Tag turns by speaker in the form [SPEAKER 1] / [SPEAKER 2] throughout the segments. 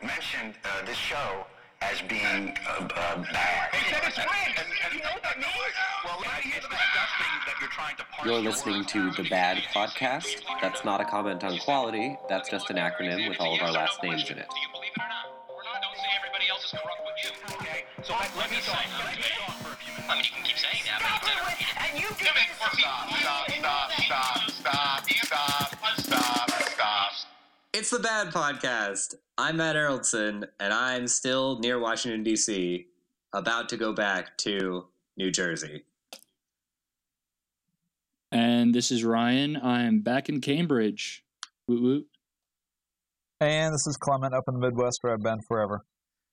[SPEAKER 1] positioned uh, this show as being uh, uh, bad.
[SPEAKER 2] They said it's Flynn, and, and you know what that means? Well, let me hear the disgusting that you're trying to parse
[SPEAKER 3] You're
[SPEAKER 2] the
[SPEAKER 3] listening
[SPEAKER 2] words
[SPEAKER 3] to
[SPEAKER 2] out.
[SPEAKER 3] The Bad Podcast. That's not a comment on quality, that's just an acronym with all of our last names in it.
[SPEAKER 2] Do you believe it or not? We're not- Don't say everybody else is corrupt with you. Okay. So let, let me talk. Let me talk for a few minutes.
[SPEAKER 4] I mean, you can keep saying that, but you better.
[SPEAKER 5] And you did this to me.
[SPEAKER 3] It's The Bad Podcast. I'm Matt Eraldson, and I'm still near Washington, D.C., about to go back to New Jersey.
[SPEAKER 6] And this is Ryan. I'm back in Cambridge. Woot woot.
[SPEAKER 7] And this is Clement up in the Midwest where I've been forever.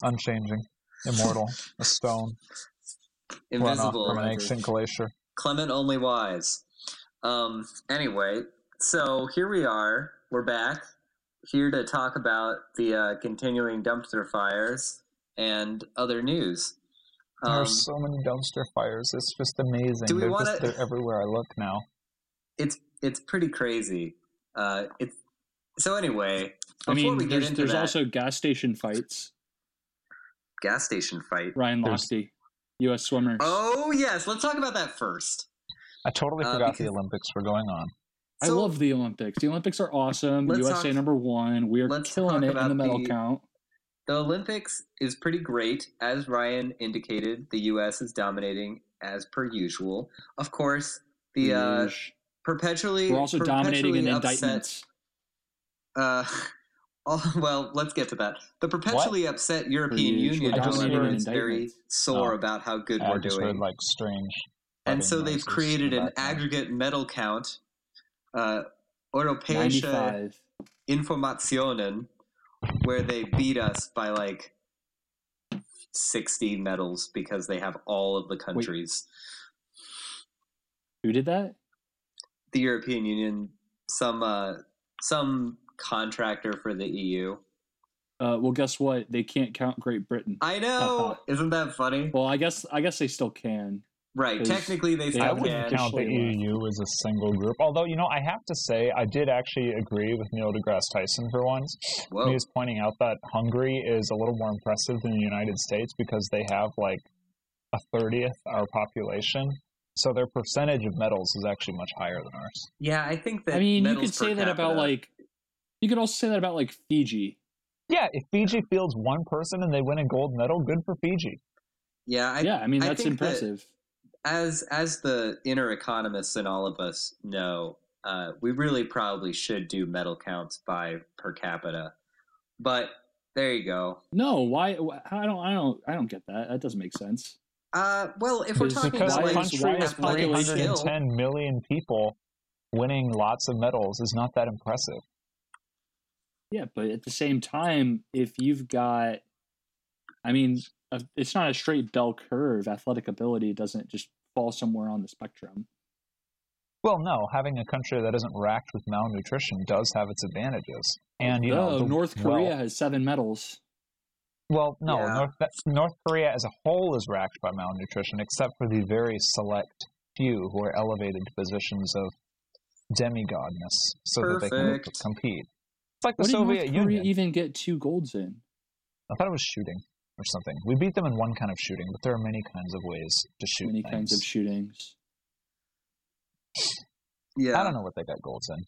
[SPEAKER 7] Unchanging, immortal, a stone, run off
[SPEAKER 3] Invisible.
[SPEAKER 7] from an
[SPEAKER 3] however.
[SPEAKER 7] ancient glacier.
[SPEAKER 3] Clement Only Wise. Um, anyway, so here we are. We're back here to talk about the uh, continuing dumpster fires and other news.
[SPEAKER 7] There
[SPEAKER 3] Um,
[SPEAKER 7] are so many dumpster fires. It's just amazing.
[SPEAKER 3] Do we
[SPEAKER 7] They're,
[SPEAKER 3] wanna-
[SPEAKER 7] just, they're everywhere I look now.
[SPEAKER 3] it's it's pretty crazy. Uh, it's so anyway. Before
[SPEAKER 6] I
[SPEAKER 3] we
[SPEAKER 6] mean,
[SPEAKER 3] get
[SPEAKER 6] there's,
[SPEAKER 3] into
[SPEAKER 6] there's
[SPEAKER 3] that
[SPEAKER 6] also gas station fights.
[SPEAKER 3] gas station fight.
[SPEAKER 6] Ryan
[SPEAKER 7] There's-
[SPEAKER 6] Lochte, U.S. swimmers.
[SPEAKER 3] Oh yes, let's talk about that first.
[SPEAKER 7] I totally
[SPEAKER 3] Uh,
[SPEAKER 7] forgot the
[SPEAKER 3] because-
[SPEAKER 7] Olympics were going on.
[SPEAKER 6] I
[SPEAKER 3] So-
[SPEAKER 6] love the Olympics. The Olympics are awesome.
[SPEAKER 3] Let's
[SPEAKER 6] USA
[SPEAKER 3] talk-
[SPEAKER 6] number one. We are
[SPEAKER 3] let's
[SPEAKER 6] killing
[SPEAKER 3] talk
[SPEAKER 6] it in
[SPEAKER 3] about
[SPEAKER 6] the medal
[SPEAKER 3] the-
[SPEAKER 6] count.
[SPEAKER 3] The Olympics is pretty great. As Ryan indicated, the U.S. is dominating as per usual. Of course, the uh,
[SPEAKER 6] Yeesh.
[SPEAKER 3] perpetually
[SPEAKER 6] We're also dominating in
[SPEAKER 3] perpetually upset-
[SPEAKER 6] indictments.
[SPEAKER 3] Uh, oh, well, let's get to that. The perpetually upset European
[SPEAKER 6] Huge.
[SPEAKER 3] Union,
[SPEAKER 7] I just
[SPEAKER 3] however,
[SPEAKER 7] heard-
[SPEAKER 3] is very
[SPEAKER 6] indictments.
[SPEAKER 3] sore
[SPEAKER 7] Oh.
[SPEAKER 3] about how good
[SPEAKER 7] I
[SPEAKER 3] we're
[SPEAKER 7] just heard
[SPEAKER 3] doing,
[SPEAKER 7] like strange.
[SPEAKER 3] and
[SPEAKER 7] thudding
[SPEAKER 3] so they've
[SPEAKER 7] noises in
[SPEAKER 3] created
[SPEAKER 7] the
[SPEAKER 3] an
[SPEAKER 7] background.
[SPEAKER 3] aggregate medal count. Uh, Europäische
[SPEAKER 6] 95.
[SPEAKER 3] Informationen, where they beat us by like 60 medals because they have all of the countries.
[SPEAKER 6] Who did that?
[SPEAKER 3] The European Union, some uh, some contractor for the E EU.
[SPEAKER 6] Uh, well, guess what? They can't count Great Britain.
[SPEAKER 3] I know, isn't that funny?
[SPEAKER 6] Well, I guess I guess they still can.
[SPEAKER 3] Right,
[SPEAKER 6] 'cause
[SPEAKER 3] technically they
[SPEAKER 6] they
[SPEAKER 3] still
[SPEAKER 7] I
[SPEAKER 6] have an
[SPEAKER 7] wouldn't
[SPEAKER 3] can.
[SPEAKER 7] count the
[SPEAKER 6] Officially left.
[SPEAKER 7] EU as a single group. Although, you know, I have to say, I did actually agree with Neil deGrasse Tyson for once.
[SPEAKER 3] Whoa.
[SPEAKER 7] He was pointing out that Hungary is a little more impressive than the United States because they have like a 30th our population. So their percentage of medals is actually much higher than ours.
[SPEAKER 3] Yeah, I think that.
[SPEAKER 6] I mean, you
[SPEAKER 3] medals
[SPEAKER 6] could say
[SPEAKER 3] per
[SPEAKER 6] that about
[SPEAKER 3] capita-
[SPEAKER 6] like, you could also say that about like Fiji.
[SPEAKER 7] Yeah, if Fiji fields one person and they win a gold medal, good for Fiji.
[SPEAKER 3] Yeah, I,
[SPEAKER 6] yeah, I mean
[SPEAKER 3] I
[SPEAKER 6] that's
[SPEAKER 3] think that-
[SPEAKER 6] impressive.
[SPEAKER 3] as as the inner economists and all of us know, uh, we really probably should do medal counts by per capita. But there you go.
[SPEAKER 6] No, why? wh- I don't. I don't. I don't get that. That doesn't make sense.
[SPEAKER 3] Uh, well, if we're
[SPEAKER 6] It's
[SPEAKER 3] talking
[SPEAKER 7] Because
[SPEAKER 3] about
[SPEAKER 6] why
[SPEAKER 7] the
[SPEAKER 3] like,
[SPEAKER 6] is- why
[SPEAKER 7] country
[SPEAKER 6] is
[SPEAKER 7] with
[SPEAKER 3] athletic
[SPEAKER 6] population
[SPEAKER 3] skill,
[SPEAKER 7] 310 million people winning lots of medals is not that impressive.
[SPEAKER 6] Yeah, but at the same time, if you've got, I mean, a, it's not a straight bell curve. Athletic ability doesn't just fall somewhere on the spectrum.
[SPEAKER 7] Well, no, having a country that isn't racked with malnutrition does have its advantages. And, you know,
[SPEAKER 6] Oh,
[SPEAKER 7] the
[SPEAKER 6] North
[SPEAKER 7] wealth-
[SPEAKER 6] Korea has seven medals.
[SPEAKER 7] Well, no,
[SPEAKER 3] Yeah.
[SPEAKER 7] North, that- North Korea as a whole is racked by malnutrition, except for the very select few who are elevated to positions of demigodness so that they can
[SPEAKER 3] Perfect.
[SPEAKER 7] compete. It's like the
[SPEAKER 6] What did
[SPEAKER 7] Soviet
[SPEAKER 6] North Korea
[SPEAKER 7] Union.
[SPEAKER 6] even get two golds in?
[SPEAKER 7] I thought it was shooting or something. We beat them in one kind of shooting, but there are many kinds of ways to shoot.
[SPEAKER 6] Many
[SPEAKER 7] things.
[SPEAKER 6] kinds of shootings.
[SPEAKER 3] yeah,
[SPEAKER 7] I don't know what they got golds in.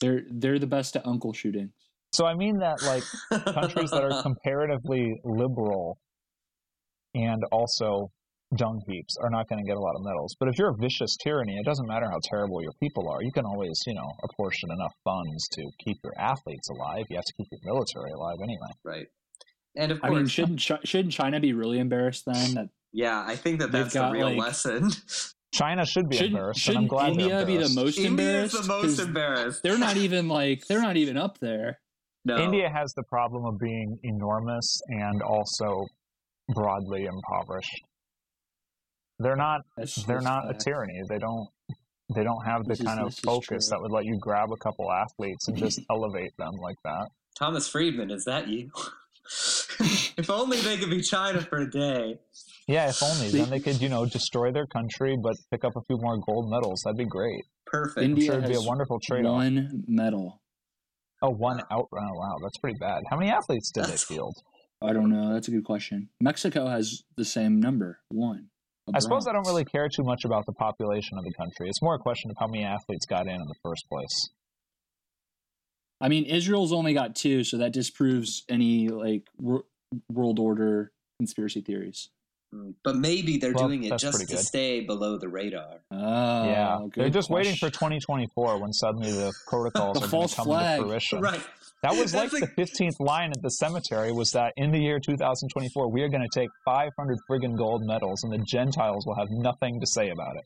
[SPEAKER 6] They're they're the best at uncle shootings.
[SPEAKER 7] So I mean that like countries that are comparatively liberal and also dung heaps are not going to get a lot of medals. But if you're a vicious tyranny, it doesn't matter how terrible your people are. You can always, you know, apportion enough funds to keep your athletes alive. You have to keep your military alive anyway.
[SPEAKER 3] right. And of
[SPEAKER 6] I
[SPEAKER 3] course,
[SPEAKER 6] mean, shouldn't Chi- shouldn't China be really embarrassed then that
[SPEAKER 3] yeah, I think that
[SPEAKER 6] They've
[SPEAKER 3] that's the
[SPEAKER 6] got,
[SPEAKER 3] real
[SPEAKER 6] like-
[SPEAKER 3] lesson.
[SPEAKER 7] China should be
[SPEAKER 6] shouldn't,
[SPEAKER 7] embarrassed, and I'm
[SPEAKER 6] shouldn't
[SPEAKER 7] glad
[SPEAKER 6] India
[SPEAKER 7] they're
[SPEAKER 6] be the
[SPEAKER 7] embarrassed.
[SPEAKER 6] most
[SPEAKER 3] India is
[SPEAKER 6] embarrassed?
[SPEAKER 3] the most
[SPEAKER 6] 'Cause
[SPEAKER 3] embarrassed.
[SPEAKER 6] They're not even like they're not even up there.
[SPEAKER 3] No.
[SPEAKER 6] uh,
[SPEAKER 7] India has the problem of being enormous and also broadly impoverished. They're not
[SPEAKER 6] That's
[SPEAKER 7] they're
[SPEAKER 6] just
[SPEAKER 7] not a
[SPEAKER 6] fact.
[SPEAKER 7] tyranny. They don't they don't have the
[SPEAKER 6] This is-
[SPEAKER 7] kind of
[SPEAKER 6] this is
[SPEAKER 7] focus
[SPEAKER 6] true.
[SPEAKER 7] that would let you grab a couple athletes and just elevate them like that.
[SPEAKER 3] Thomas Friedman, is that you? if only they could be China for a day.
[SPEAKER 7] Yeah, if only
[SPEAKER 6] They-
[SPEAKER 7] then they could, you know, destroy their country but pick up a few more gold medals. That'd be great.
[SPEAKER 3] Perfect.
[SPEAKER 7] I'm
[SPEAKER 6] India
[SPEAKER 7] sure it'd be a
[SPEAKER 6] has
[SPEAKER 7] wonderful trade-off.
[SPEAKER 6] One medal.
[SPEAKER 7] Oh, one out. Oh, wow, that's pretty bad. How many athletes did they
[SPEAKER 3] That's-
[SPEAKER 7] field?
[SPEAKER 6] I don't know. That's a good question. Mexico has the same number, one. a
[SPEAKER 7] I suppose I don't
[SPEAKER 6] bronze.
[SPEAKER 7] really care too much about the population of the country. It's more a question of how many athletes got in in the first place.
[SPEAKER 6] I mean, Israel's only got two, so that disproves any like wor- world order conspiracy theories.
[SPEAKER 3] Mm, But maybe they're
[SPEAKER 7] Well,
[SPEAKER 3] doing it
[SPEAKER 7] that's
[SPEAKER 3] just to
[SPEAKER 7] pretty good.
[SPEAKER 3] stay below the radar.
[SPEAKER 6] Oh,
[SPEAKER 7] yeah, they're
[SPEAKER 6] good
[SPEAKER 7] just waiting for
[SPEAKER 6] question.
[SPEAKER 7] 2024 when suddenly the protocols
[SPEAKER 6] The
[SPEAKER 7] are going
[SPEAKER 6] false
[SPEAKER 7] to come
[SPEAKER 6] flag.
[SPEAKER 7] to fruition.
[SPEAKER 3] Right.
[SPEAKER 7] That was like
[SPEAKER 3] That's
[SPEAKER 7] the 15th line at the cemetery was that in the year 2024 we are going to take 500 friggin' gold medals and the Gentiles will have nothing to say about it.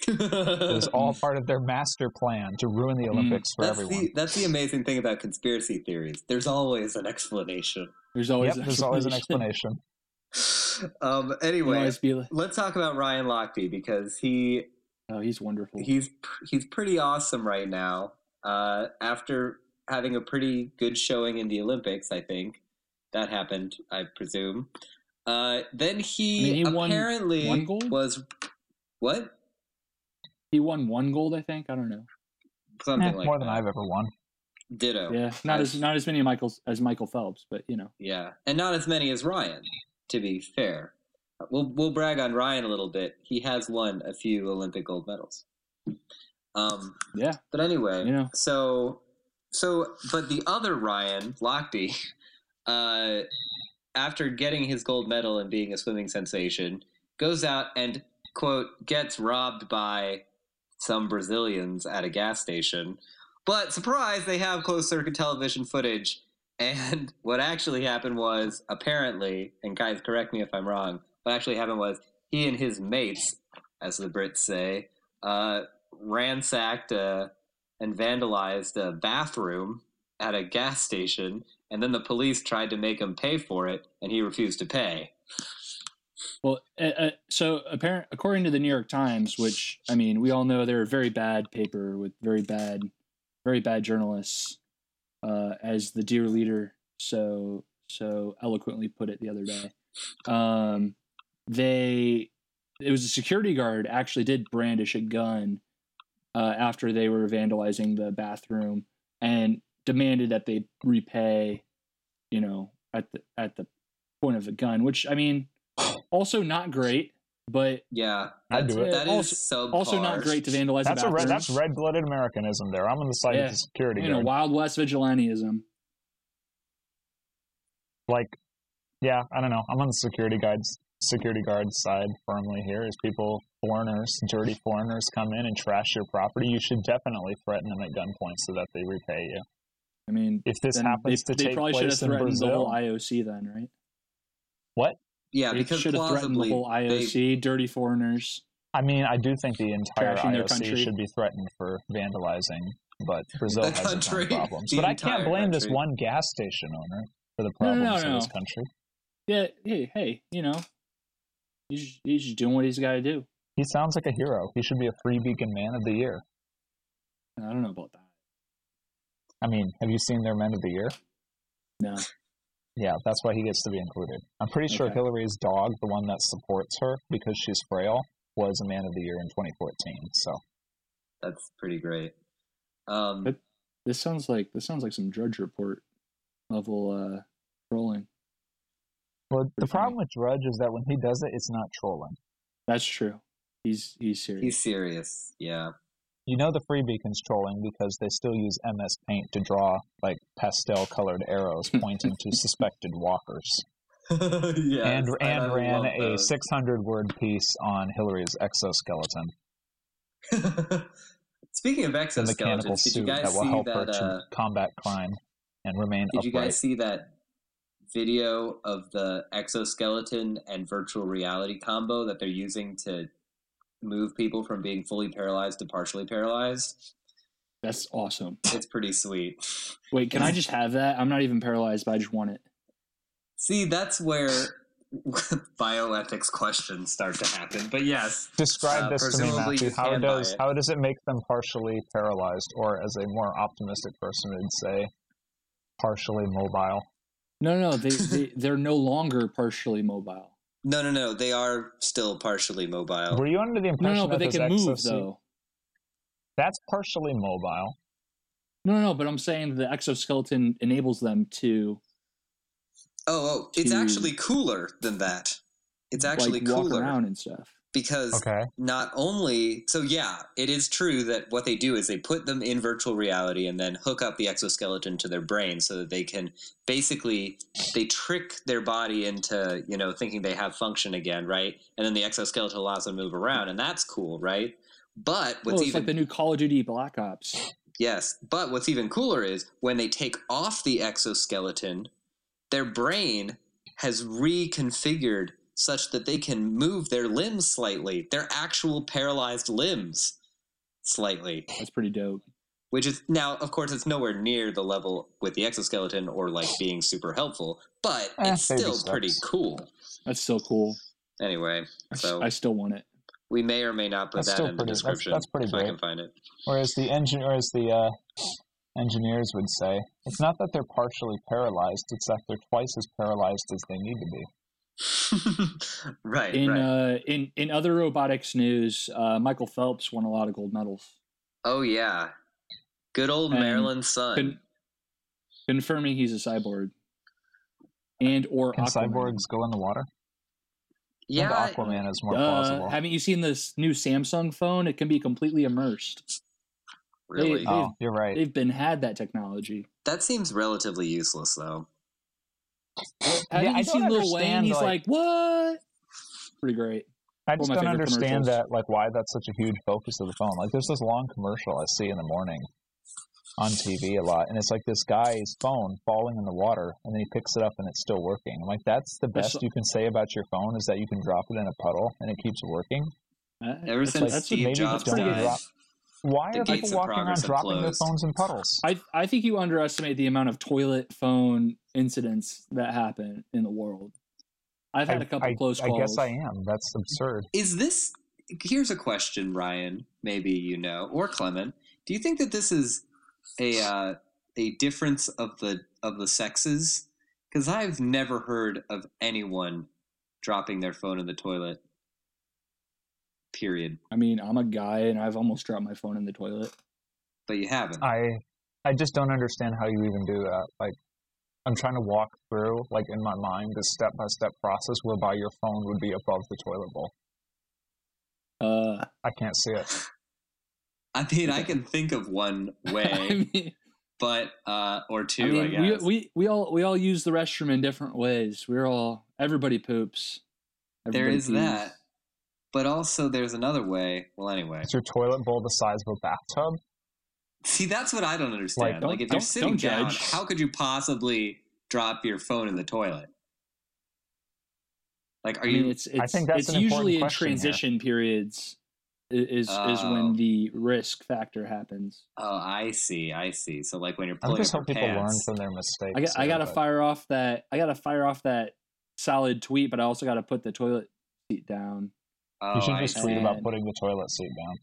[SPEAKER 7] It
[SPEAKER 3] Uh,
[SPEAKER 7] was all part of their master plan to ruin
[SPEAKER 3] Mm.
[SPEAKER 7] the Olympics for
[SPEAKER 3] that's
[SPEAKER 7] everyone.
[SPEAKER 3] the that's the amazing thing about conspiracy theories. There's always an explanation.
[SPEAKER 6] There's always
[SPEAKER 7] Yep, there's always an
[SPEAKER 6] explanation.
[SPEAKER 7] explanation.
[SPEAKER 3] Um.
[SPEAKER 6] There'll
[SPEAKER 3] Anyway,
[SPEAKER 6] always be like,
[SPEAKER 3] let's talk about Ryan Lochte because he
[SPEAKER 6] oh, he's wonderful.
[SPEAKER 3] he's pr- he's pretty awesome right now. Uh, after having a pretty good showing in the Olympics, I think that happened. I presume. Uh, then
[SPEAKER 6] I
[SPEAKER 3] he,
[SPEAKER 6] mean, he won
[SPEAKER 3] apparently
[SPEAKER 6] one gold?
[SPEAKER 3] was what
[SPEAKER 7] Eh,
[SPEAKER 6] he won one gold, I think. I don't know.
[SPEAKER 3] something
[SPEAKER 7] Eh,
[SPEAKER 3] like
[SPEAKER 7] more than
[SPEAKER 3] that.
[SPEAKER 7] I've ever won.
[SPEAKER 3] Ditto.
[SPEAKER 6] Yeah, not
[SPEAKER 3] I-
[SPEAKER 6] as not as many Michaels as Michael Phelps, but you know,
[SPEAKER 3] Yeah, and not as many as Ryan. To be fair, we'll we'll brag on Ryan a little bit. He has won a few Olympic gold medals. Um,
[SPEAKER 6] yeah.
[SPEAKER 3] but anyway,
[SPEAKER 6] You know.
[SPEAKER 3] so so but the other Ryan Lochte, uh, after getting his gold medal and being a swimming sensation, goes out and quote gets robbed by some Brazilians at a gas station. But surprise, they have closed circuit television footage. And what actually happened was, apparently, and guys, correct me if I'm wrong, what actually happened was he and his mates, as the Brits say, uh, ransacked uh, and vandalized a bathroom at a gas station, and then the police tried to make him pay for it, and he refused to pay.
[SPEAKER 6] Well, uh, uh, so apparent according to the New York Times, which I mean, we all know they're a very bad paper with very bad, very bad journalists, uh, as the dear leader so so eloquently put it the other day. Um, they it was a security guard actually did brandish a gun uh, after they were vandalizing the bathroom and demanded that they repay, you know, at the at the point of the gun, which I mean also not great, but
[SPEAKER 3] Yeah,
[SPEAKER 7] I'd
[SPEAKER 3] that's-
[SPEAKER 7] do it.
[SPEAKER 3] That is subpar.
[SPEAKER 6] also not great to vandalize.
[SPEAKER 7] That's
[SPEAKER 6] a
[SPEAKER 7] a
[SPEAKER 6] bathroom.
[SPEAKER 7] red, that's red-blooded Americanism there. I'm on the side
[SPEAKER 6] Yeah.
[SPEAKER 7] of the security
[SPEAKER 6] You know,
[SPEAKER 7] guard.
[SPEAKER 6] Wild West vigilantism.
[SPEAKER 7] like yeah i don't know i'm on the security guards security guard side firmly here is people foreigners dirty foreigners come in and trash your property you should definitely threaten them at gunpoint so that they repay you
[SPEAKER 6] I mean,
[SPEAKER 7] if this
[SPEAKER 6] then
[SPEAKER 7] happens
[SPEAKER 6] they,
[SPEAKER 7] to
[SPEAKER 6] they
[SPEAKER 7] take
[SPEAKER 6] probably should have
[SPEAKER 7] place in
[SPEAKER 6] threatened the
[SPEAKER 7] brazil
[SPEAKER 6] whole IOC then, right?
[SPEAKER 7] what
[SPEAKER 3] Yeah,
[SPEAKER 6] they
[SPEAKER 3] because
[SPEAKER 6] should have threatened the
[SPEAKER 3] plausibly
[SPEAKER 6] whole
[SPEAKER 3] they-
[SPEAKER 6] IOC, dirty foreigners.
[SPEAKER 7] i mean i do think the entire
[SPEAKER 6] Trashing their
[SPEAKER 7] ioc
[SPEAKER 6] country.
[SPEAKER 7] should be threatened for vandalizing but brazil
[SPEAKER 3] The
[SPEAKER 7] has
[SPEAKER 3] country,
[SPEAKER 7] its own problems
[SPEAKER 3] the
[SPEAKER 7] but i can't
[SPEAKER 3] entire
[SPEAKER 7] blame this
[SPEAKER 3] country.
[SPEAKER 7] one gas station owner for the
[SPEAKER 6] No, no,
[SPEAKER 7] problems
[SPEAKER 6] no,
[SPEAKER 7] of this
[SPEAKER 6] no.
[SPEAKER 7] country
[SPEAKER 6] Yeah, hey, hey, you know, he's just- he's just doing what he's got to do.
[SPEAKER 7] he sounds like a hero he should be a free beacon man of the year
[SPEAKER 6] I don't know about that.
[SPEAKER 7] i mean have you seen their men of the year
[SPEAKER 6] No,
[SPEAKER 7] Yeah, that's why he gets to be included. I'm pretty sure
[SPEAKER 6] Okay.
[SPEAKER 7] Hillary's dog, the one that supports her because she's frail, was a man of the year in 2014. So
[SPEAKER 3] that's pretty great. Um,
[SPEAKER 6] But- this sounds like this sounds like some Drudge Report level uh trolling.
[SPEAKER 7] well, the
[SPEAKER 6] Pretty
[SPEAKER 7] problem with Drudge is that when he does it, it's not trolling.
[SPEAKER 6] That's true. He's he's serious.
[SPEAKER 3] he's serious. Yeah,
[SPEAKER 7] You know the Free Beacon's trolling because they still use MS Paint to draw like pastel colored arrows pointing to suspected walkers.
[SPEAKER 3] yeah.
[SPEAKER 7] and and ran a 600 word piece on Hillary's exoskeleton.
[SPEAKER 3] Speaking of
[SPEAKER 7] the mechanical
[SPEAKER 3] exoskeletons, did you
[SPEAKER 7] suit
[SPEAKER 3] guys
[SPEAKER 7] that will
[SPEAKER 3] see
[SPEAKER 7] help her
[SPEAKER 3] that?
[SPEAKER 7] to
[SPEAKER 3] Uh,
[SPEAKER 7] combat crime and remain
[SPEAKER 3] did you
[SPEAKER 7] upright.
[SPEAKER 3] guys see that video of the exoskeleton and virtual reality combo that they're using to move people from being fully paralyzed to partially paralyzed?
[SPEAKER 6] That's awesome.
[SPEAKER 3] It's pretty sweet.
[SPEAKER 6] Wait, can I just have that? I'm not even paralyzed, but I just want it.
[SPEAKER 3] See, that's where bioethics questions start to happen. But yes,
[SPEAKER 7] Describe
[SPEAKER 3] Uh,
[SPEAKER 7] this to me,
[SPEAKER 3] presumably
[SPEAKER 7] Matthew.
[SPEAKER 3] you
[SPEAKER 7] How
[SPEAKER 3] can buy
[SPEAKER 7] does
[SPEAKER 3] it.
[SPEAKER 7] how does it make them partially paralyzed, or as a more optimistic person would say, partially mobile?
[SPEAKER 6] No, no, they, they they're no longer partially mobile.
[SPEAKER 3] no, no, no. They are still partially mobile.
[SPEAKER 7] Were you under the
[SPEAKER 6] No,
[SPEAKER 7] impression
[SPEAKER 6] no,
[SPEAKER 7] that
[SPEAKER 6] but they
[SPEAKER 7] this
[SPEAKER 6] can move
[SPEAKER 7] exosuit-
[SPEAKER 6] though.
[SPEAKER 7] That's partially mobile.
[SPEAKER 6] No, no, no, but I'm saying the exoskeleton enables them to
[SPEAKER 3] Oh, oh, it's
[SPEAKER 6] to-
[SPEAKER 3] actually cooler than that. It's actually
[SPEAKER 6] like walk
[SPEAKER 3] cooler
[SPEAKER 6] around and stuff.
[SPEAKER 3] because
[SPEAKER 7] Okay.
[SPEAKER 3] not only so yeah, it is true that what they do is they put them in virtual reality and then hook up the exoskeleton to their brain so that they can basically they trick their body into, you know, thinking they have function again, right? And then the exoskeleton allows them to move around and that's cool, right? But what's
[SPEAKER 6] well, it's
[SPEAKER 3] even
[SPEAKER 6] like the new Call of Duty Black Ops.
[SPEAKER 3] Yes, but what's even cooler is when they take off the exoskeleton, their brain has reconfigured such that they can move their limbs slightly, their actual paralyzed limbs slightly,
[SPEAKER 6] That's pretty dope.
[SPEAKER 3] which is now, of course, it's nowhere near the level with the exoskeleton or like being super helpful, but
[SPEAKER 7] Eh,
[SPEAKER 3] it's
[SPEAKER 7] baby
[SPEAKER 3] still
[SPEAKER 7] steps.
[SPEAKER 3] pretty cool.
[SPEAKER 6] That's still cool.
[SPEAKER 3] Anyway,
[SPEAKER 6] I s-
[SPEAKER 3] So-
[SPEAKER 6] I still want it.
[SPEAKER 3] we may or may not put
[SPEAKER 7] That's
[SPEAKER 3] that
[SPEAKER 7] still
[SPEAKER 3] in the
[SPEAKER 7] pretty- that's-
[SPEAKER 3] description
[SPEAKER 7] that's pretty
[SPEAKER 3] if I
[SPEAKER 7] great.
[SPEAKER 3] can find it.
[SPEAKER 7] Whereas the engine, whereas the uh, engineers would say, it's not that they're partially paralyzed; it's that they're twice as paralyzed as they need to be.
[SPEAKER 3] right,
[SPEAKER 6] In
[SPEAKER 3] right.
[SPEAKER 6] uh, in in other robotics news, uh, Michael Phelps won a lot of gold medals,
[SPEAKER 3] oh yeah, good old
[SPEAKER 6] And
[SPEAKER 3] Maryland Sun.
[SPEAKER 6] Con- confirming he's a cyborg and or
[SPEAKER 7] Can
[SPEAKER 6] Aquaman.
[SPEAKER 7] cyborgs go in the water? I think
[SPEAKER 3] Yeah,
[SPEAKER 7] Aquaman is more
[SPEAKER 6] Uh,
[SPEAKER 7] plausible.
[SPEAKER 6] haven't you seen this new Samsung phone? It can be completely immersed.
[SPEAKER 3] really.
[SPEAKER 6] they-
[SPEAKER 7] oh, you're right.
[SPEAKER 6] They've been had that technology.
[SPEAKER 3] that seems relatively useless, though.
[SPEAKER 6] Haven't
[SPEAKER 7] I
[SPEAKER 6] you
[SPEAKER 7] don't
[SPEAKER 6] seen Lil Wayne?
[SPEAKER 7] understand,
[SPEAKER 6] He's like,
[SPEAKER 7] like-
[SPEAKER 6] what? Pretty great.
[SPEAKER 7] I
[SPEAKER 6] one of
[SPEAKER 7] just
[SPEAKER 6] my
[SPEAKER 7] don't
[SPEAKER 6] favorite
[SPEAKER 7] understand
[SPEAKER 6] commercials.
[SPEAKER 7] that, like, why that's such a huge focus of the phone. Like, there's this long commercial I see in the morning on TV a lot, and it's like this guy's phone falling in the water, and then he picks it up and it's still working. I'm like, that's the
[SPEAKER 6] That's-
[SPEAKER 7] best you can say about your phone is that you can drop it in a puddle and it keeps working.
[SPEAKER 6] Uh,
[SPEAKER 3] Ever
[SPEAKER 6] that's-
[SPEAKER 3] since
[SPEAKER 6] that's-
[SPEAKER 7] what
[SPEAKER 3] Steve
[SPEAKER 7] maybe
[SPEAKER 3] Jobs
[SPEAKER 7] don't
[SPEAKER 3] died,
[SPEAKER 7] drop- Why
[SPEAKER 3] The
[SPEAKER 7] are
[SPEAKER 3] gates
[SPEAKER 7] people
[SPEAKER 3] of
[SPEAKER 7] walking around
[SPEAKER 3] progress have
[SPEAKER 7] dropping their
[SPEAKER 3] closed.
[SPEAKER 7] phones in puddles?
[SPEAKER 6] I I think you underestimate the amount of toilet phone incidents that happen in the world. I've had a couple
[SPEAKER 7] I,
[SPEAKER 6] close
[SPEAKER 7] I
[SPEAKER 6] calls.
[SPEAKER 7] guess I am. That's absurd.
[SPEAKER 3] is this? Here's a question, Ryan. Maybe you know, or Clement. Do you think that this is a uh, a difference of the of the sexes? Because I've never heard of anyone dropping their phone in the toilet. Period.
[SPEAKER 6] I mean, I'm a guy and I've almost dropped my phone in the toilet.
[SPEAKER 3] But you haven't.
[SPEAKER 7] I I just don't understand how you even do that. Like I'm trying to walk through, like in my mind, the step by step process whereby your phone would be above the toilet bowl.
[SPEAKER 6] Uh,
[SPEAKER 7] I can't see it.
[SPEAKER 3] I mean, I can think of one way,
[SPEAKER 6] I mean,
[SPEAKER 3] but uh, or two.
[SPEAKER 6] I
[SPEAKER 3] I,
[SPEAKER 6] mean, we,
[SPEAKER 3] guess.
[SPEAKER 6] we we all we all use the restroom in different ways. We're all everybody poops.
[SPEAKER 3] There
[SPEAKER 6] Everybody
[SPEAKER 3] is that. but also, there's another way. Well, anyway.
[SPEAKER 7] Is your toilet bowl the size of a bathtub?
[SPEAKER 3] See, that's what I don't understand. Like,
[SPEAKER 7] don't-
[SPEAKER 3] if you're
[SPEAKER 6] don't-
[SPEAKER 3] sitting
[SPEAKER 6] don't
[SPEAKER 3] down,
[SPEAKER 6] judge.
[SPEAKER 3] how could you possibly drop your phone in the toilet? Like, are
[SPEAKER 6] I mean,
[SPEAKER 3] you?
[SPEAKER 6] it's it's,
[SPEAKER 7] think
[SPEAKER 6] it's
[SPEAKER 7] that's an important
[SPEAKER 6] usually in
[SPEAKER 7] question here.
[SPEAKER 6] transition periods i- is is
[SPEAKER 3] Oh.
[SPEAKER 6] when the risk factor happens.
[SPEAKER 3] Oh, I see. I see. So, like, when you're
[SPEAKER 7] I
[SPEAKER 3] pulling
[SPEAKER 7] just
[SPEAKER 3] up
[SPEAKER 7] hope
[SPEAKER 3] your
[SPEAKER 7] people learn
[SPEAKER 3] pants,
[SPEAKER 7] from their mistakes.
[SPEAKER 6] I, got, I
[SPEAKER 7] here,
[SPEAKER 6] gotta
[SPEAKER 7] but-
[SPEAKER 6] fire off that I gotta fire off that solid tweet, but I also gotta put the toilet seat down.
[SPEAKER 3] oh,
[SPEAKER 7] You should
[SPEAKER 3] I
[SPEAKER 7] just
[SPEAKER 3] see.
[SPEAKER 7] tweet about
[SPEAKER 6] see.
[SPEAKER 7] putting the toilet seat down.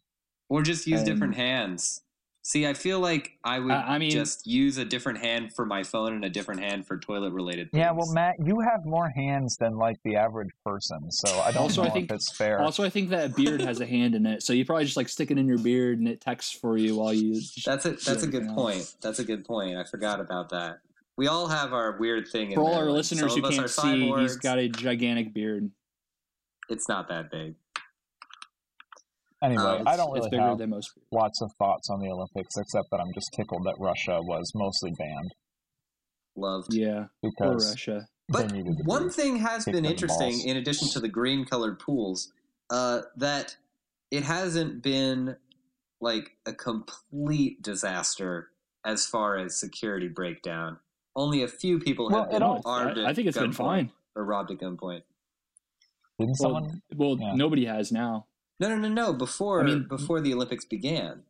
[SPEAKER 3] or just use different
[SPEAKER 6] and-
[SPEAKER 3] hands. See, I feel like I would
[SPEAKER 6] I- I mean-
[SPEAKER 3] just use a different hand for my phone and a different hand for toilet-related. Things.
[SPEAKER 7] Yeah, well, Matt, you have more hands than like the average person, so I don't
[SPEAKER 6] Also, I
[SPEAKER 7] know
[SPEAKER 6] think-
[SPEAKER 7] if it's fair.
[SPEAKER 6] Also, I think that beard has a hand in it, so you probably just like stick it in your beard and it texts for you while you.
[SPEAKER 3] That's a that's a good
[SPEAKER 6] everything else.
[SPEAKER 3] point. That's a good point. I forgot about that. We all have our weird thing. In
[SPEAKER 6] For all our
[SPEAKER 3] Maryland.
[SPEAKER 6] listeners
[SPEAKER 3] Some
[SPEAKER 6] who
[SPEAKER 3] of us are
[SPEAKER 6] can't see, he's
[SPEAKER 3] cyborgs.
[SPEAKER 6] got a gigantic beard.
[SPEAKER 3] It's not that big.
[SPEAKER 7] anyway,
[SPEAKER 3] um,
[SPEAKER 7] I don't
[SPEAKER 6] it's
[SPEAKER 7] really
[SPEAKER 6] bigger
[SPEAKER 7] have
[SPEAKER 6] than most.
[SPEAKER 7] lots of thoughts on the Olympics, except that I'm just tickled that Russia was mostly banned
[SPEAKER 3] Loved.
[SPEAKER 6] Yeah, or
[SPEAKER 7] because
[SPEAKER 6] Russia.
[SPEAKER 3] But
[SPEAKER 7] they needed to
[SPEAKER 3] one
[SPEAKER 7] be.
[SPEAKER 3] thing has
[SPEAKER 7] kicked
[SPEAKER 3] been
[SPEAKER 7] in the
[SPEAKER 3] interesting,
[SPEAKER 7] balls.
[SPEAKER 3] in addition to the green colored pools, uh, that it hasn't been like a complete disaster as far as security breakdown. Only a few people
[SPEAKER 7] Well,
[SPEAKER 3] have
[SPEAKER 7] it
[SPEAKER 3] been
[SPEAKER 7] all-
[SPEAKER 3] armed.
[SPEAKER 6] I, I
[SPEAKER 3] at
[SPEAKER 6] think it's been
[SPEAKER 3] gunpoint
[SPEAKER 6] fine.
[SPEAKER 3] or robbed at gunpoint.
[SPEAKER 7] Didn't
[SPEAKER 6] Well,
[SPEAKER 7] someone?
[SPEAKER 6] well,
[SPEAKER 7] yeah.
[SPEAKER 6] nobody has now.
[SPEAKER 3] No, no, no, no. Before
[SPEAKER 6] mean-
[SPEAKER 3] before the Olympics began.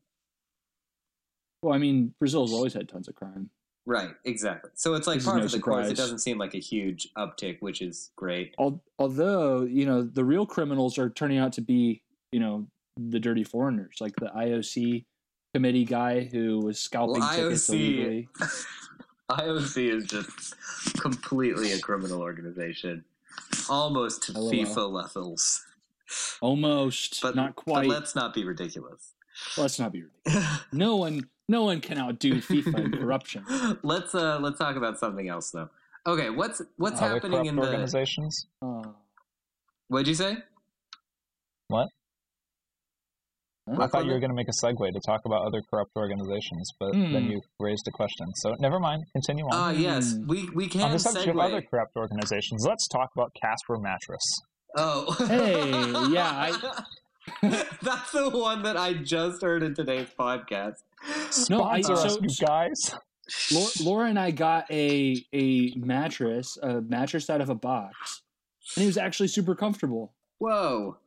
[SPEAKER 6] Well, I mean, Brazil's always had tons of crime.
[SPEAKER 3] Right, exactly. So it's like
[SPEAKER 6] This is
[SPEAKER 3] part
[SPEAKER 6] no
[SPEAKER 3] of the course. It
[SPEAKER 6] surprise.
[SPEAKER 3] doesn't seem like a huge uptick, which is great.
[SPEAKER 6] Al- although you know the real criminals are turning out to be you know the dirty foreigners like the IOC committee guy who was scalping
[SPEAKER 3] Well,
[SPEAKER 6] tickets
[SPEAKER 3] IOC
[SPEAKER 6] illegally.
[SPEAKER 3] IOC is just completely a criminal organization, almost to
[SPEAKER 6] LOL.
[SPEAKER 3] FIFA levels.
[SPEAKER 6] Almost,
[SPEAKER 3] But
[SPEAKER 6] not
[SPEAKER 3] But
[SPEAKER 6] quite. let's,
[SPEAKER 3] let's not be ridiculous.
[SPEAKER 6] not be ridiculous. No one, no one can outdo FIFA in corruption.
[SPEAKER 3] let's uh, let's talk about something else though. Okay, what's what's
[SPEAKER 7] Other
[SPEAKER 3] happening
[SPEAKER 7] corrupt
[SPEAKER 3] in the?
[SPEAKER 7] organizations?
[SPEAKER 6] Oh.
[SPEAKER 3] What'd you say?
[SPEAKER 7] What? I
[SPEAKER 3] What's
[SPEAKER 7] thought
[SPEAKER 3] on
[SPEAKER 7] you
[SPEAKER 3] the-
[SPEAKER 7] were going to make a segue to talk about other corrupt organizations, but then
[SPEAKER 6] Hmm.
[SPEAKER 7] you raised a question. So never mind. Continue on.
[SPEAKER 3] Ah, yes,
[SPEAKER 6] Hmm.
[SPEAKER 3] we we
[SPEAKER 7] on
[SPEAKER 3] can
[SPEAKER 7] the subject of other
[SPEAKER 3] segue.
[SPEAKER 7] corrupt organizations, let's talk about Casper Mattress.
[SPEAKER 3] Oh,
[SPEAKER 6] Hey, yeah, I-
[SPEAKER 3] That's the one that I just heard in today's podcast.
[SPEAKER 6] No, I-
[SPEAKER 7] Sponsor us,
[SPEAKER 6] so-
[SPEAKER 7] you guys.
[SPEAKER 6] Laura, Laura and I got a a mattress, a mattress out of a box, and it was actually super comfortable.
[SPEAKER 3] Whoa!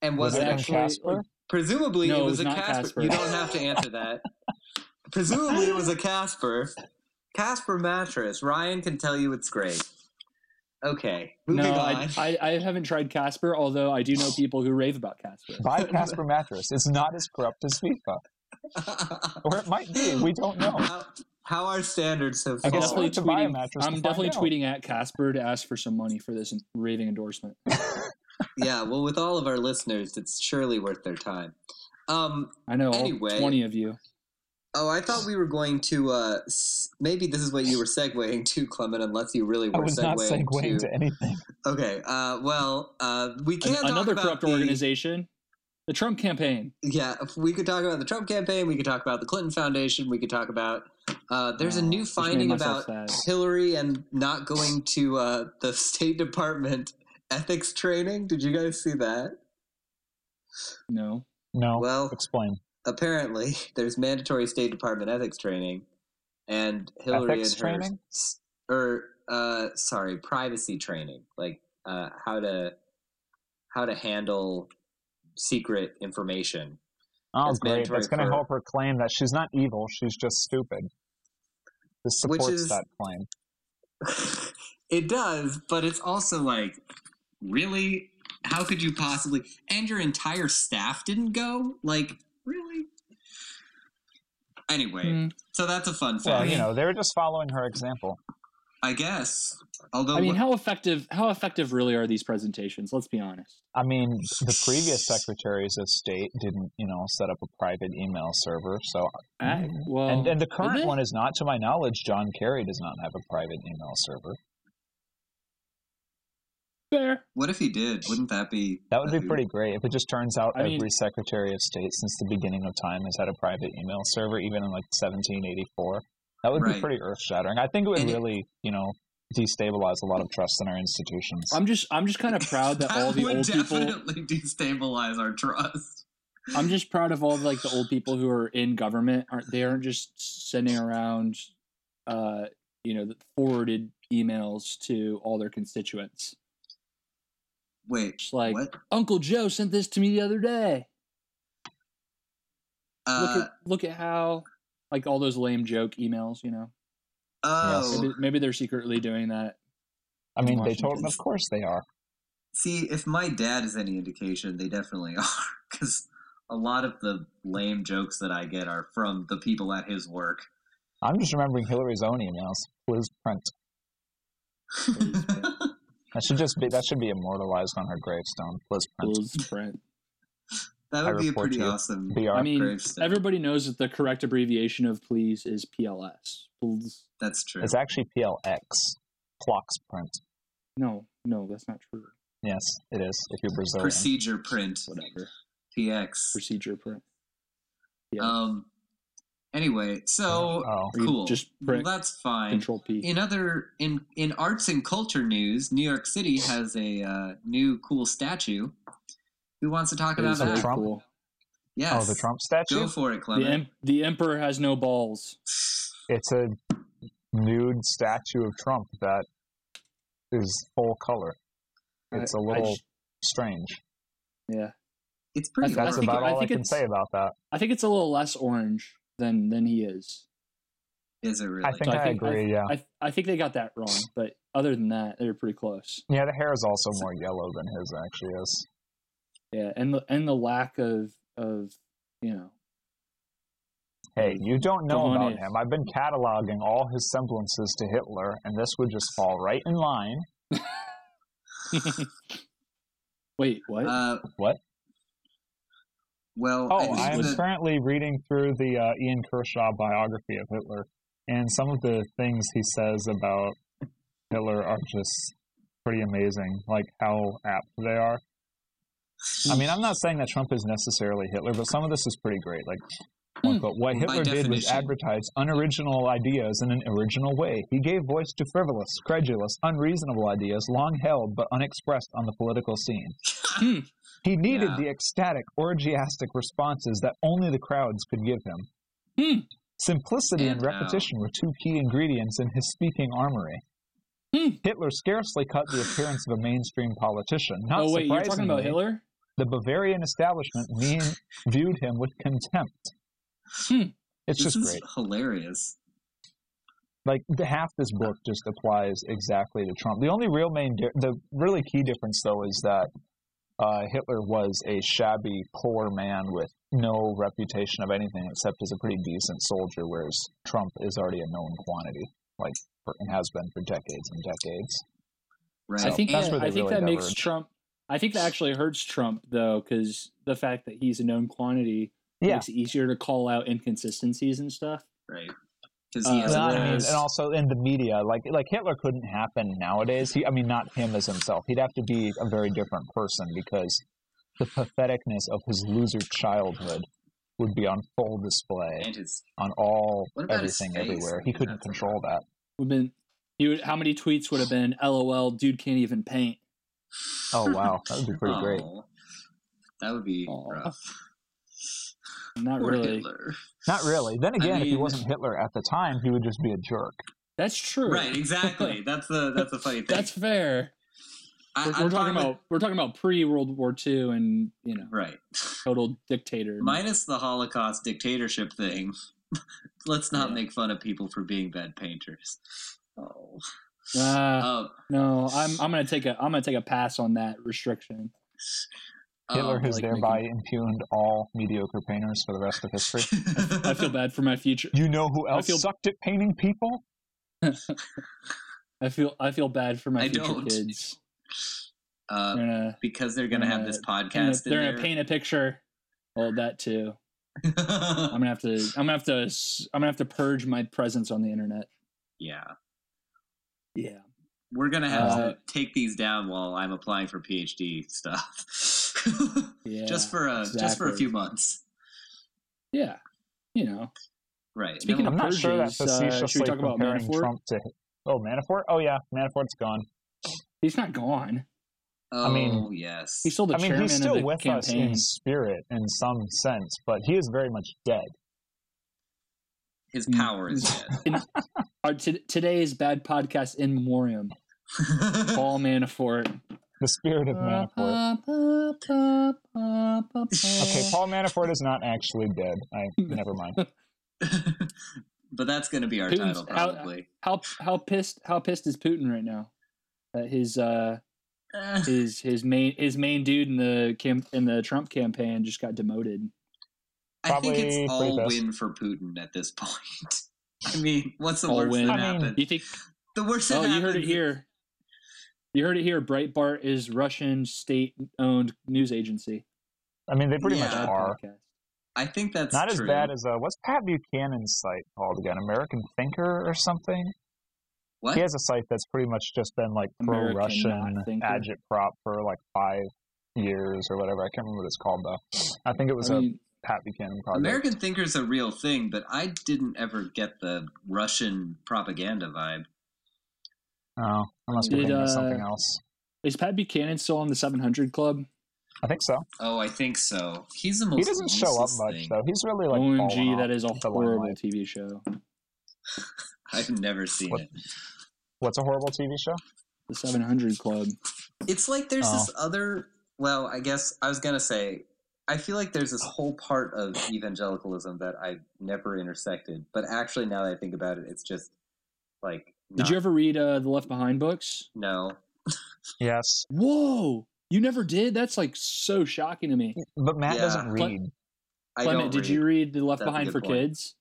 [SPEAKER 3] And was,
[SPEAKER 7] Was
[SPEAKER 3] it
[SPEAKER 7] it from
[SPEAKER 3] actually?
[SPEAKER 7] Casper?
[SPEAKER 3] Presumably,
[SPEAKER 6] No,
[SPEAKER 3] it
[SPEAKER 6] it
[SPEAKER 3] was,
[SPEAKER 6] was
[SPEAKER 3] a
[SPEAKER 6] not
[SPEAKER 3] Casper.
[SPEAKER 6] Casper.
[SPEAKER 3] You don't have to answer that. Presumably, it was a Casper. Casper mattress. Ryan can tell you it's great. Okay, moving
[SPEAKER 6] no,
[SPEAKER 3] on.
[SPEAKER 6] I, I I haven't tried Casper, although I do know people who rave about Casper.
[SPEAKER 7] Buy Casper Mattress. It's not as corrupt as FIFA, or it might be. We don't know.
[SPEAKER 3] how, how are standards have
[SPEAKER 7] I
[SPEAKER 6] I'm
[SPEAKER 7] guess
[SPEAKER 3] fallen?
[SPEAKER 6] definitely
[SPEAKER 7] to buy a
[SPEAKER 6] tweeting.
[SPEAKER 7] mattress to
[SPEAKER 6] I'm
[SPEAKER 7] find
[SPEAKER 6] definitely
[SPEAKER 7] out.
[SPEAKER 6] tweeting at Casper to ask for some money for this raving endorsement.
[SPEAKER 3] yeah, well, with all of our listeners, it's surely worth their time. Um,
[SPEAKER 6] I know
[SPEAKER 3] Anyway.
[SPEAKER 6] all twenty of you.
[SPEAKER 3] oh, I thought we were going to. Uh, s- maybe this is what you were segueing to, Clement, unless you really
[SPEAKER 7] I
[SPEAKER 3] were
[SPEAKER 7] was not
[SPEAKER 3] segueing
[SPEAKER 7] segueing to anything.
[SPEAKER 3] Okay, uh, well, uh, we
[SPEAKER 6] An-
[SPEAKER 3] can talk
[SPEAKER 6] another
[SPEAKER 3] about
[SPEAKER 6] corrupt
[SPEAKER 3] the-
[SPEAKER 6] organization, the Trump campaign.
[SPEAKER 3] Yeah, if we could talk about the Trump campaign. We could talk about the Clinton Foundation. We could talk about. Uh, there's a
[SPEAKER 6] Oh,
[SPEAKER 3] new
[SPEAKER 6] just made
[SPEAKER 3] finding
[SPEAKER 6] myself
[SPEAKER 3] about
[SPEAKER 6] sad.
[SPEAKER 3] Hillary and not going to uh, the State Department ethics training. Did you guys see that?
[SPEAKER 6] No,
[SPEAKER 7] No.
[SPEAKER 3] Well-
[SPEAKER 7] explain.
[SPEAKER 3] apparently there's mandatory State Department ethics training, and Hillary
[SPEAKER 7] Ethics
[SPEAKER 3] and her
[SPEAKER 7] training?
[SPEAKER 3] s- or uh, sorry, privacy training, like uh, how to how to handle secret information.
[SPEAKER 7] Oh,
[SPEAKER 3] It's
[SPEAKER 7] great.
[SPEAKER 3] mandatory
[SPEAKER 7] That's going to
[SPEAKER 3] for-
[SPEAKER 7] help her claim that she's not evil. She's just stupid. This
[SPEAKER 3] Which
[SPEAKER 7] supports
[SPEAKER 3] is-
[SPEAKER 7] that claim.
[SPEAKER 3] it does, but it's also like really, how could you possibly? And your entire staff didn't go. Like really. Anyway,
[SPEAKER 6] Hmm.
[SPEAKER 3] so that's a fun fact.
[SPEAKER 7] Well, you know, they were just following her example.
[SPEAKER 3] I guess. Although
[SPEAKER 6] I mean,
[SPEAKER 3] wh-
[SPEAKER 6] how effective? How effective really are these presentations? Let's be honest.
[SPEAKER 7] I mean, the previous secretaries of state didn't, you know, set up a private email server. So, mm,
[SPEAKER 6] I, well,
[SPEAKER 7] Hmm. and and the
[SPEAKER 6] did
[SPEAKER 7] current
[SPEAKER 6] they?
[SPEAKER 7] one is not, to my knowledge, John Kerry does not have a private email server.
[SPEAKER 6] fair.
[SPEAKER 3] What if he did? Wouldn't that be
[SPEAKER 7] That would be
[SPEAKER 3] that'd
[SPEAKER 7] pretty great if it just turns out
[SPEAKER 6] Uh, I mean-
[SPEAKER 7] every Secretary of State since the beginning of time has had a private email server, even in like 1784. That would
[SPEAKER 3] Right.
[SPEAKER 7] be pretty earth shattering. I think it would
[SPEAKER 3] And it-
[SPEAKER 7] really, you know, destabilize a lot of trust in our institutions.
[SPEAKER 6] I'm just I'm just kind of proud that all the
[SPEAKER 3] would
[SPEAKER 6] old people.
[SPEAKER 3] definitely destabilize our trust.
[SPEAKER 6] I'm just proud of all the, like the old people who are in government aren't they aren't just sending around, uh, you know, the forwarded emails to all their constituents.
[SPEAKER 3] Wait,
[SPEAKER 6] Just like
[SPEAKER 3] what?
[SPEAKER 6] Uncle Joe sent this to me the other day.
[SPEAKER 3] Uh,
[SPEAKER 6] look at look at how like all those lame joke emails. You know,
[SPEAKER 3] oh,
[SPEAKER 6] maybe, maybe they're secretly doing that.
[SPEAKER 7] I mean, they
[SPEAKER 6] Washington.
[SPEAKER 7] told, of course they are.
[SPEAKER 3] see, if my dad is any indication, they definitely are because a lot of the lame jokes that I get are from the people at his work.
[SPEAKER 7] I'm just remembering Hillary's own emails. Please print. That should just be that should be immortalized on her gravestone. Please print.
[SPEAKER 6] Blues print.
[SPEAKER 3] that
[SPEAKER 7] I
[SPEAKER 3] would be a
[SPEAKER 7] report
[SPEAKER 3] pretty
[SPEAKER 7] to you.
[SPEAKER 3] awesome.
[SPEAKER 7] BR.
[SPEAKER 6] I mean,
[SPEAKER 3] gravestone.
[SPEAKER 6] everybody knows that the correct abbreviation of please is PLS. Please.
[SPEAKER 3] That's true.
[SPEAKER 7] it's actually PLX. Clocks print.
[SPEAKER 6] No, no, that's not true.
[SPEAKER 7] Yes, it is. If you're Brazilian.
[SPEAKER 3] Procedure print
[SPEAKER 6] Whatever.
[SPEAKER 3] PX.
[SPEAKER 6] Procedure print. Yeah.
[SPEAKER 3] Um. Anyway, so
[SPEAKER 7] oh,
[SPEAKER 6] Or you
[SPEAKER 3] cool.
[SPEAKER 6] Uh, just print
[SPEAKER 3] well, that's fine.
[SPEAKER 6] Control P.
[SPEAKER 3] In other in in arts and culture news, New York City has a uh, new cool statue. Who wants to talk
[SPEAKER 6] It
[SPEAKER 3] about
[SPEAKER 6] is
[SPEAKER 3] that?
[SPEAKER 6] really
[SPEAKER 7] Trump?
[SPEAKER 6] cool.
[SPEAKER 3] Yes.
[SPEAKER 7] oh, the Trump
[SPEAKER 3] Go
[SPEAKER 7] statue.
[SPEAKER 3] for it,
[SPEAKER 6] The,
[SPEAKER 3] Clement.
[SPEAKER 6] em- the emperor has no balls.
[SPEAKER 7] It's a nude statue of Trump that is full color.
[SPEAKER 6] I-
[SPEAKER 7] It's a
[SPEAKER 6] I
[SPEAKER 7] little
[SPEAKER 6] j-
[SPEAKER 7] strange.
[SPEAKER 6] yeah.
[SPEAKER 3] It's pretty.
[SPEAKER 6] I
[SPEAKER 7] That's
[SPEAKER 6] think-
[SPEAKER 7] about
[SPEAKER 6] I
[SPEAKER 7] all I
[SPEAKER 6] think
[SPEAKER 7] can
[SPEAKER 6] it's-
[SPEAKER 7] say about that.
[SPEAKER 6] I think it's a little less orange than than he is.
[SPEAKER 3] Is it really?
[SPEAKER 7] I think
[SPEAKER 6] So I
[SPEAKER 7] I,
[SPEAKER 6] think-
[SPEAKER 7] agree. yeah,
[SPEAKER 6] I I think they got that wrong, but other than that, they're pretty close.
[SPEAKER 7] yeah. The hair is also more yellow than his actually is.
[SPEAKER 6] Yeah, and the and the lack of of you know
[SPEAKER 7] Hey, you don't know
[SPEAKER 6] Dawn
[SPEAKER 7] about
[SPEAKER 6] is-
[SPEAKER 7] him. I've been cataloging all his semblances to Hitler, and this would just fall right in line.
[SPEAKER 6] Wait, what?
[SPEAKER 3] Uh,
[SPEAKER 7] What?
[SPEAKER 3] Well,
[SPEAKER 7] Oh,
[SPEAKER 3] I
[SPEAKER 7] I am
[SPEAKER 3] think that,
[SPEAKER 7] currently reading through the uh, Ian Kershaw biography of Hitler, and some of the things he says about Hitler are just pretty amazing, like how apt they are. I mean, I'm not saying that Trump is necessarily Hitler, but some of this is pretty great. Like, one quote, what
[SPEAKER 3] Hmm. By
[SPEAKER 7] Hitler did was
[SPEAKER 3] definition.
[SPEAKER 7] advertise unoriginal ideas in an original way. He gave voice to frivolous, credulous, unreasonable ideas long held but unexpressed on the political scene.
[SPEAKER 6] Hmm.
[SPEAKER 7] He needed
[SPEAKER 3] Yeah.
[SPEAKER 7] the ecstatic, orgiastic responses that only the crowds could give him.
[SPEAKER 6] Hmm.
[SPEAKER 7] Simplicity and,
[SPEAKER 3] And how.
[SPEAKER 7] repetition were two key ingredients in his speaking armory.
[SPEAKER 6] Hmm.
[SPEAKER 7] Hitler scarcely cut the appearance of a mainstream politician. Not
[SPEAKER 6] Oh wait, you're talking about
[SPEAKER 7] surprisingly,
[SPEAKER 6] Hitler?
[SPEAKER 7] the Bavarian establishment mean, viewed him with contempt.
[SPEAKER 6] Hmm.
[SPEAKER 7] It's
[SPEAKER 3] this
[SPEAKER 7] just
[SPEAKER 3] is
[SPEAKER 7] great.
[SPEAKER 3] hilarious.
[SPEAKER 7] Like the, half this book just applies exactly to Trump. The only real main, di- the really key difference though is that uh, Hitler was a shabby, poor man with no reputation of anything except as a pretty decent soldier, whereas Trump is already a known quantity, like for, and has been for decades and decades.
[SPEAKER 3] Right.
[SPEAKER 6] I think
[SPEAKER 7] That's
[SPEAKER 6] that,
[SPEAKER 7] where they
[SPEAKER 6] I think
[SPEAKER 7] really
[SPEAKER 6] that makes
[SPEAKER 7] diverge.
[SPEAKER 6] Trump. I think that actually hurts Trump though, because the fact that he's a known quantity
[SPEAKER 7] Yeah,
[SPEAKER 6] makes it easier to call out inconsistencies and stuff.
[SPEAKER 3] right. Because he
[SPEAKER 6] Uh,
[SPEAKER 3] has
[SPEAKER 6] Yeah,
[SPEAKER 7] No, I mean,
[SPEAKER 3] enemies.
[SPEAKER 7] and also in the media, like like Hitler couldn't happen nowadays. He, I mean, not him as himself. He'd have to be a very different person because the patheticness of his loser childhood would be on full display
[SPEAKER 3] and his
[SPEAKER 7] on all
[SPEAKER 3] What about his
[SPEAKER 7] everything
[SPEAKER 3] face?
[SPEAKER 7] everywhere. He couldn't
[SPEAKER 3] That's a
[SPEAKER 7] control that.
[SPEAKER 6] Would been he would, how many tweets would have been LOL dude can't even paint.
[SPEAKER 7] Oh wow, that would be pretty great.
[SPEAKER 3] Aw. Oh, That would be
[SPEAKER 6] Aw.
[SPEAKER 3] rough.
[SPEAKER 6] Not
[SPEAKER 3] Poor
[SPEAKER 6] really.
[SPEAKER 3] Hitler.
[SPEAKER 7] Not really. Then again, if he
[SPEAKER 3] mean-
[SPEAKER 7] wasn't Hitler at the time, he would just be a jerk.
[SPEAKER 6] That's true.
[SPEAKER 3] Right, exactly. That's the that's the funny thing.
[SPEAKER 6] That's fair.
[SPEAKER 3] I, I'm
[SPEAKER 6] We're, we're
[SPEAKER 3] fine
[SPEAKER 6] talking
[SPEAKER 3] with-
[SPEAKER 6] about we're talking about pre World War II and you know
[SPEAKER 3] right.
[SPEAKER 6] total dictator.
[SPEAKER 3] Minus the Holocaust dictatorship thing. Let's not
[SPEAKER 6] Yeah.
[SPEAKER 3] make fun of people for being bad painters. Oh.
[SPEAKER 6] Ah,
[SPEAKER 3] Um,
[SPEAKER 6] no, I'm I'm gonna take a I'm gonna take a pass on that restriction.
[SPEAKER 7] Hitler
[SPEAKER 3] um,
[SPEAKER 7] has
[SPEAKER 6] like
[SPEAKER 7] thereby impugned all mediocre painters for the rest of history.
[SPEAKER 6] I feel bad for my future.
[SPEAKER 7] You know who
[SPEAKER 6] I
[SPEAKER 7] else
[SPEAKER 6] feel-
[SPEAKER 7] sucked at painting people?
[SPEAKER 6] I feel I feel bad for my
[SPEAKER 3] I
[SPEAKER 6] future
[SPEAKER 3] don't.
[SPEAKER 6] kids.
[SPEAKER 3] uh,
[SPEAKER 6] They're gonna,
[SPEAKER 3] because they're gonna
[SPEAKER 6] they're
[SPEAKER 3] have
[SPEAKER 6] gonna-
[SPEAKER 3] this
[SPEAKER 6] Uh, they're gonna,
[SPEAKER 3] podcast
[SPEAKER 6] they're gonna
[SPEAKER 3] in
[SPEAKER 6] paint a picture. Well, that too.
[SPEAKER 3] there.
[SPEAKER 6] I'm gonna have to. I'm gonna have to. s- I'm gonna have to purge my presence on the internet.
[SPEAKER 3] yeah.
[SPEAKER 6] Yeah.
[SPEAKER 3] We're gonna have
[SPEAKER 6] Uh,
[SPEAKER 3] to take these down while I'm applying for PhD stuff.
[SPEAKER 6] Yeah.
[SPEAKER 3] just for a just for a
[SPEAKER 6] exactly.
[SPEAKER 3] few months.
[SPEAKER 6] Yeah. You know.
[SPEAKER 3] Right.
[SPEAKER 6] Speaking
[SPEAKER 3] No,
[SPEAKER 6] of
[SPEAKER 7] I'm not sure that
[SPEAKER 6] purges, uh, should we
[SPEAKER 7] facetiously
[SPEAKER 6] talk about
[SPEAKER 7] comparing
[SPEAKER 6] Manafort?
[SPEAKER 7] Trump to. Oh, Manafort? Oh, yeah. Manafort's gone.
[SPEAKER 6] He's not gone.
[SPEAKER 3] oh,
[SPEAKER 7] I mean-
[SPEAKER 3] yes.
[SPEAKER 6] He's still the
[SPEAKER 7] I mean,
[SPEAKER 6] chairman
[SPEAKER 7] he's still
[SPEAKER 6] of the
[SPEAKER 7] with us
[SPEAKER 6] campaign.
[SPEAKER 7] in spirit in some sense, but he is very much dead.
[SPEAKER 3] His
[SPEAKER 6] Mm.
[SPEAKER 3] power is dead.
[SPEAKER 6] Our t- today's bad podcast in memoriam. Paul Manafort.
[SPEAKER 7] The spirit of
[SPEAKER 6] Uh-huh.
[SPEAKER 7] Manafort. Okay, Paul Manafort is not actually dead. I never mind.
[SPEAKER 3] but that's going to be our
[SPEAKER 6] Putin's
[SPEAKER 3] title
[SPEAKER 6] out-
[SPEAKER 3] probably.
[SPEAKER 6] How how pissed how pissed is Putin right now? That his uh
[SPEAKER 3] Eh,
[SPEAKER 6] his his main his main dude in the cam- in the Trump campaign just got demoted.
[SPEAKER 3] I think it's
[SPEAKER 7] probably
[SPEAKER 3] all
[SPEAKER 7] pretty best.
[SPEAKER 3] win for Putin at this point. I mean, what's the
[SPEAKER 6] All
[SPEAKER 3] worst
[SPEAKER 6] win.
[SPEAKER 3] that
[SPEAKER 7] I mean,
[SPEAKER 3] happened?
[SPEAKER 6] You think?
[SPEAKER 3] the worst that
[SPEAKER 6] Oh, you
[SPEAKER 3] happened.
[SPEAKER 6] heard it here. You heard it here. Breitbart is Russian state-owned news agency.
[SPEAKER 7] I mean, they pretty
[SPEAKER 3] Yeah.
[SPEAKER 7] much are.
[SPEAKER 6] Podcast.
[SPEAKER 3] I think that's
[SPEAKER 7] Not as
[SPEAKER 3] true.
[SPEAKER 7] bad as uh, what's Pat Buchanan's site called again? American Thinker or something?
[SPEAKER 3] what?
[SPEAKER 7] He has a site that's pretty much just been like pro
[SPEAKER 6] American
[SPEAKER 7] Russian
[SPEAKER 6] Not Thinker.
[SPEAKER 7] agitprop for like five years or whatever. I can't remember what it's called though. I think it was
[SPEAKER 6] I
[SPEAKER 7] a
[SPEAKER 6] mean,
[SPEAKER 7] Pat Buchanan project.
[SPEAKER 3] American Thinker's a real thing, but I didn't ever get the Russian propaganda vibe.
[SPEAKER 7] Oh, I must be
[SPEAKER 6] Did,
[SPEAKER 7] thinking of something
[SPEAKER 6] uh,
[SPEAKER 7] else.
[SPEAKER 6] is Pat Buchanan still on the 700 Club?
[SPEAKER 7] I think so.
[SPEAKER 3] Oh, I think so. He's the most
[SPEAKER 7] He doesn't show up
[SPEAKER 3] useless
[SPEAKER 7] much
[SPEAKER 3] thing.
[SPEAKER 7] though. He's really like fallen
[SPEAKER 6] OMG,
[SPEAKER 7] off
[SPEAKER 6] that is a
[SPEAKER 7] the
[SPEAKER 6] horrible
[SPEAKER 7] limelight.
[SPEAKER 6] TV show.
[SPEAKER 3] I've never seen
[SPEAKER 7] What-
[SPEAKER 3] it.
[SPEAKER 7] What's a horrible TV show?
[SPEAKER 6] The 700 Club.
[SPEAKER 3] It's like there's
[SPEAKER 7] Oh.
[SPEAKER 3] this other. Well, I guess I was gonna say. I feel like there's this whole part of evangelicalism that I never intersected, but actually, now that I think about it, it's just like.
[SPEAKER 6] Did
[SPEAKER 3] not-
[SPEAKER 6] you ever read uh, the Left Behind books?
[SPEAKER 3] No.
[SPEAKER 7] Yes,
[SPEAKER 6] Whoa, you never did. That's like so shocking to me.
[SPEAKER 7] but Matt
[SPEAKER 3] Yeah.
[SPEAKER 7] doesn't
[SPEAKER 6] Cle-
[SPEAKER 7] read.
[SPEAKER 3] I
[SPEAKER 6] Clement,
[SPEAKER 3] don't.
[SPEAKER 6] did you read the Left
[SPEAKER 3] That's a
[SPEAKER 6] Behind
[SPEAKER 3] good
[SPEAKER 6] for
[SPEAKER 3] point.
[SPEAKER 6] Kids?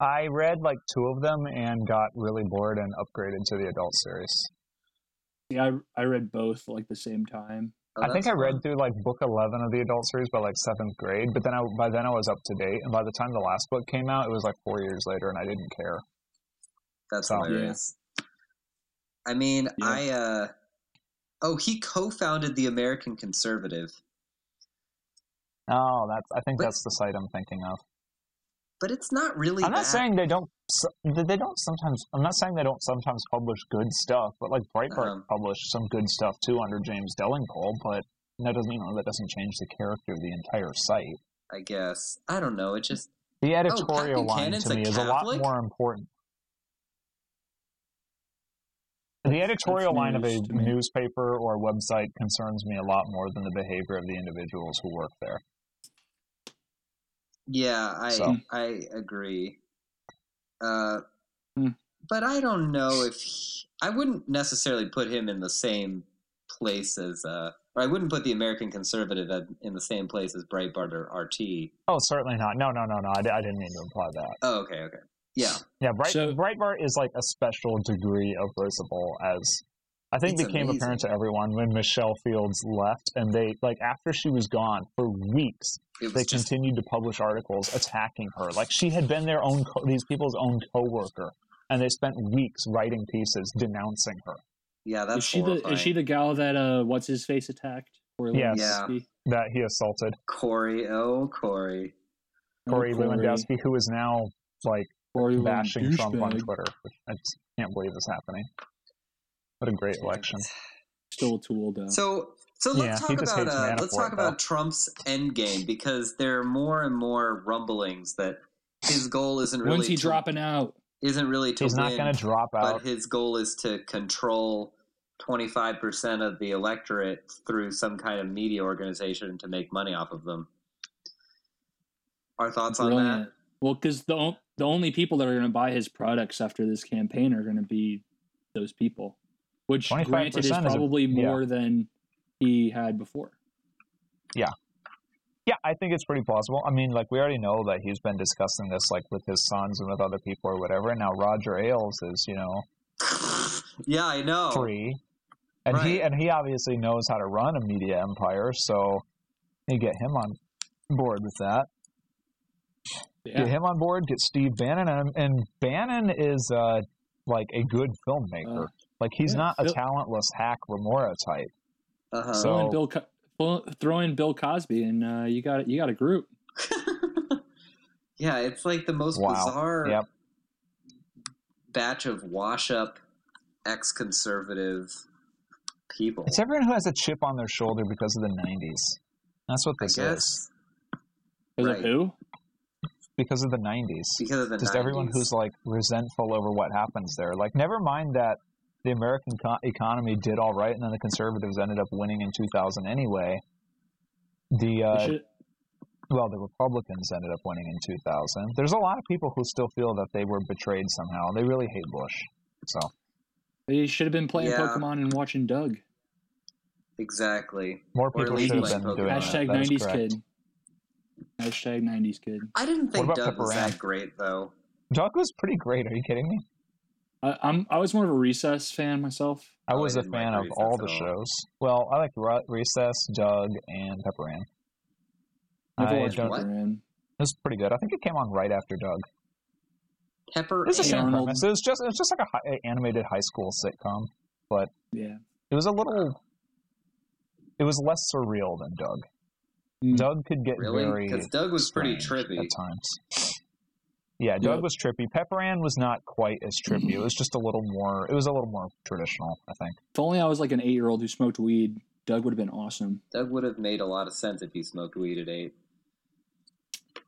[SPEAKER 7] I read like two of them and got really bored and upgraded to the adult series.
[SPEAKER 6] Yeah, I, I read both like the same time.
[SPEAKER 3] Oh,
[SPEAKER 7] I think
[SPEAKER 3] that's
[SPEAKER 7] I read
[SPEAKER 3] fun.
[SPEAKER 7] through like book eleven of the adult series by like seventh grade, but then I by then I was up to date, and by the time the last book came out, it was like four years later, and I didn't care.
[SPEAKER 3] That's
[SPEAKER 7] so- Yeah.
[SPEAKER 3] hilarious. I mean,
[SPEAKER 6] Yeah.
[SPEAKER 3] I uh oh, he co-founded the American Conservative,
[SPEAKER 7] Oh, that's. I think
[SPEAKER 3] But-
[SPEAKER 7] that's the site I'm thinking of.
[SPEAKER 3] but it's not really.
[SPEAKER 7] I'm not
[SPEAKER 3] that-
[SPEAKER 7] saying they don't. s- that They don't sometimes. I'm not saying they don't sometimes publish good stuff, but like Breitbart
[SPEAKER 3] Um,
[SPEAKER 7] published some good stuff too under James Delingpole. But that doesn't, you know, that doesn't change the character of the entire site.
[SPEAKER 3] I guess I don't know. It just
[SPEAKER 7] The editorial line
[SPEAKER 3] Buchanan's
[SPEAKER 7] to
[SPEAKER 3] Oh, a
[SPEAKER 7] me is a lot
[SPEAKER 3] Catholic?
[SPEAKER 7] more important. The editorial line of a
[SPEAKER 6] news to me.
[SPEAKER 7] newspaper or website concerns me a lot more than the behavior of the individuals who work there.
[SPEAKER 3] yeah, I
[SPEAKER 7] So.
[SPEAKER 3] I agree. Uh,
[SPEAKER 6] Hmm.
[SPEAKER 3] but I don't know if he- I wouldn't necessarily put him in the same place as uh, or I wouldn't put the American Conservative at, in the same place as Breitbart or RT.
[SPEAKER 7] Oh, certainly not. No, no, no, no. I, I didn't mean to imply that.
[SPEAKER 3] Oh, okay, okay, yeah.
[SPEAKER 7] Yeah, Bright,
[SPEAKER 6] So-
[SPEAKER 7] Breitbart is like a special degree of versatile as I think
[SPEAKER 3] It's
[SPEAKER 7] became apparent to everyone when Michelle Fields left and they like after she was gone for weeks
[SPEAKER 3] It was
[SPEAKER 7] they
[SPEAKER 3] just
[SPEAKER 7] continued to publish articles attacking her like she had been their own co- these people's own coworker and they spent weeks writing pieces denouncing her.
[SPEAKER 3] yeah. That's
[SPEAKER 6] is she the is she the gal that uh what's his face attacked? Or
[SPEAKER 7] Yes.
[SPEAKER 3] Yeah.
[SPEAKER 7] That he assaulted
[SPEAKER 3] Corey? Oh, Corey.
[SPEAKER 7] Corey Lewandowski who is now like
[SPEAKER 6] Corey Lewand
[SPEAKER 7] bashing Trump on
[SPEAKER 6] douchebag.
[SPEAKER 7] Twitter, which I just can't believe is happening. What a great election.
[SPEAKER 6] Still a tool though.
[SPEAKER 3] So so let's
[SPEAKER 7] Yeah, he
[SPEAKER 3] talk
[SPEAKER 7] just
[SPEAKER 3] about
[SPEAKER 7] hates
[SPEAKER 3] uh, let's
[SPEAKER 7] Manafort,
[SPEAKER 3] talk
[SPEAKER 7] though.
[SPEAKER 3] about Trump's end game because there are more and more rumblings that his goal isn't really
[SPEAKER 6] When's he
[SPEAKER 3] to,
[SPEAKER 6] dropping out?
[SPEAKER 3] isn't really to
[SPEAKER 7] He's
[SPEAKER 3] win,
[SPEAKER 7] not going to drop out.
[SPEAKER 3] but his goal is to control 25% of the electorate through some kind of media organization to make money off of them. Our thoughts on
[SPEAKER 6] Brilliant. Well, because the on- the only people that are going to buy his products after this campaign are going to be those people, which
[SPEAKER 7] 25%
[SPEAKER 6] granted is
[SPEAKER 7] is a-
[SPEAKER 6] probably
[SPEAKER 7] yeah.
[SPEAKER 6] more than he had before.
[SPEAKER 7] Yeah, I think it's pretty plausible. I mean, like we already know that he's been discussing this like with his sons and with other people or whatever. And now Roger Ailes is, you know,
[SPEAKER 3] that? yeah, I know.
[SPEAKER 7] free, and
[SPEAKER 3] Oh.
[SPEAKER 7] he
[SPEAKER 3] Right.
[SPEAKER 7] and he obviously knows how to run a media empire. So you get him on board with that.
[SPEAKER 6] Yeah.
[SPEAKER 7] Get him on board. Get Steve Bannon, and, and Bannon is uh, like a good filmmaker.
[SPEAKER 6] Uh,
[SPEAKER 7] like he's
[SPEAKER 6] yeah,
[SPEAKER 7] not a
[SPEAKER 6] Phil-
[SPEAKER 7] talentless hack Remora type.
[SPEAKER 3] Uh-huh.
[SPEAKER 7] So-
[SPEAKER 6] Throw in Bill, Co- throw- throw in Bill Cosby, and uh, you got you got a group.
[SPEAKER 3] yeah, it's like the most
[SPEAKER 7] Wow.
[SPEAKER 3] bizarre
[SPEAKER 7] Yep.
[SPEAKER 3] batch of wash up ex conservative people.
[SPEAKER 7] It's everyone who has a chip on their shoulder because of the '90s. That's what
[SPEAKER 3] I
[SPEAKER 7] this is.
[SPEAKER 3] guess
[SPEAKER 6] Is
[SPEAKER 3] Right.
[SPEAKER 6] it who?
[SPEAKER 7] Because of the '90s.
[SPEAKER 3] because of the
[SPEAKER 7] just
[SPEAKER 3] 90s.
[SPEAKER 7] everyone who's like resentful over what happens there. Like, never mind that the American co- economy did all right, and then the conservatives ended up winning in 2000 anyway. The
[SPEAKER 6] They
[SPEAKER 7] uh,
[SPEAKER 6] should-
[SPEAKER 7] well, the Republicans ended up winning in 2000. There's a lot of people who still feel that they were betrayed somehow. They really hate Bush. So
[SPEAKER 6] they should have been playing
[SPEAKER 3] Yeah.
[SPEAKER 6] Pokemon and watching Doug.
[SPEAKER 3] exactly.
[SPEAKER 7] more
[SPEAKER 3] Or at
[SPEAKER 7] people
[SPEAKER 3] least
[SPEAKER 7] should have
[SPEAKER 3] like
[SPEAKER 7] been doing
[SPEAKER 3] Pokemon.
[SPEAKER 7] that.
[SPEAKER 6] Hashtag
[SPEAKER 7] That is
[SPEAKER 6] nineties
[SPEAKER 7] Uh, correct.
[SPEAKER 6] kid. Hashtag nineties kid.
[SPEAKER 3] I didn't think
[SPEAKER 7] about
[SPEAKER 3] Doug was
[SPEAKER 7] Pepper Ann?
[SPEAKER 3] that great though.
[SPEAKER 7] Doug was pretty great. Are you kidding me?
[SPEAKER 6] I, I'm I was more of a Recess fan myself.
[SPEAKER 7] I
[SPEAKER 3] Oh, I
[SPEAKER 7] was a
[SPEAKER 3] didn't like
[SPEAKER 7] fan of
[SPEAKER 3] Recess
[SPEAKER 7] all
[SPEAKER 3] at
[SPEAKER 7] the
[SPEAKER 3] all.
[SPEAKER 7] shows. Well, I liked Ru- Recess, Doug, and Pepper Ann.
[SPEAKER 6] Never
[SPEAKER 7] I
[SPEAKER 6] watched
[SPEAKER 7] don't.
[SPEAKER 3] What?
[SPEAKER 6] Pepper Ann.
[SPEAKER 7] It was pretty good. I think it came on right after Doug.
[SPEAKER 3] Pepper
[SPEAKER 7] It's the
[SPEAKER 6] Hey,
[SPEAKER 7] same
[SPEAKER 6] Arnold.
[SPEAKER 7] premise. It was just it's just like a hi- a animated high school sitcom.
[SPEAKER 6] Yeah.
[SPEAKER 7] It was a little. It was less surreal than Doug.
[SPEAKER 6] Mm.
[SPEAKER 7] Doug could get
[SPEAKER 3] Hmm. really?
[SPEAKER 7] very
[SPEAKER 3] Because Doug was pretty
[SPEAKER 7] strange
[SPEAKER 3] trippy.
[SPEAKER 7] at times. Yeah, Doug
[SPEAKER 6] Yep.
[SPEAKER 7] was trippy. Pepper Ann was not quite as trippy. It was just a little more. It was a little more traditional, I think.
[SPEAKER 6] If only I was like an eight year old who smoked weed, Doug would have been awesome.
[SPEAKER 3] Doug would have made a lot of sense if he smoked weed at eight.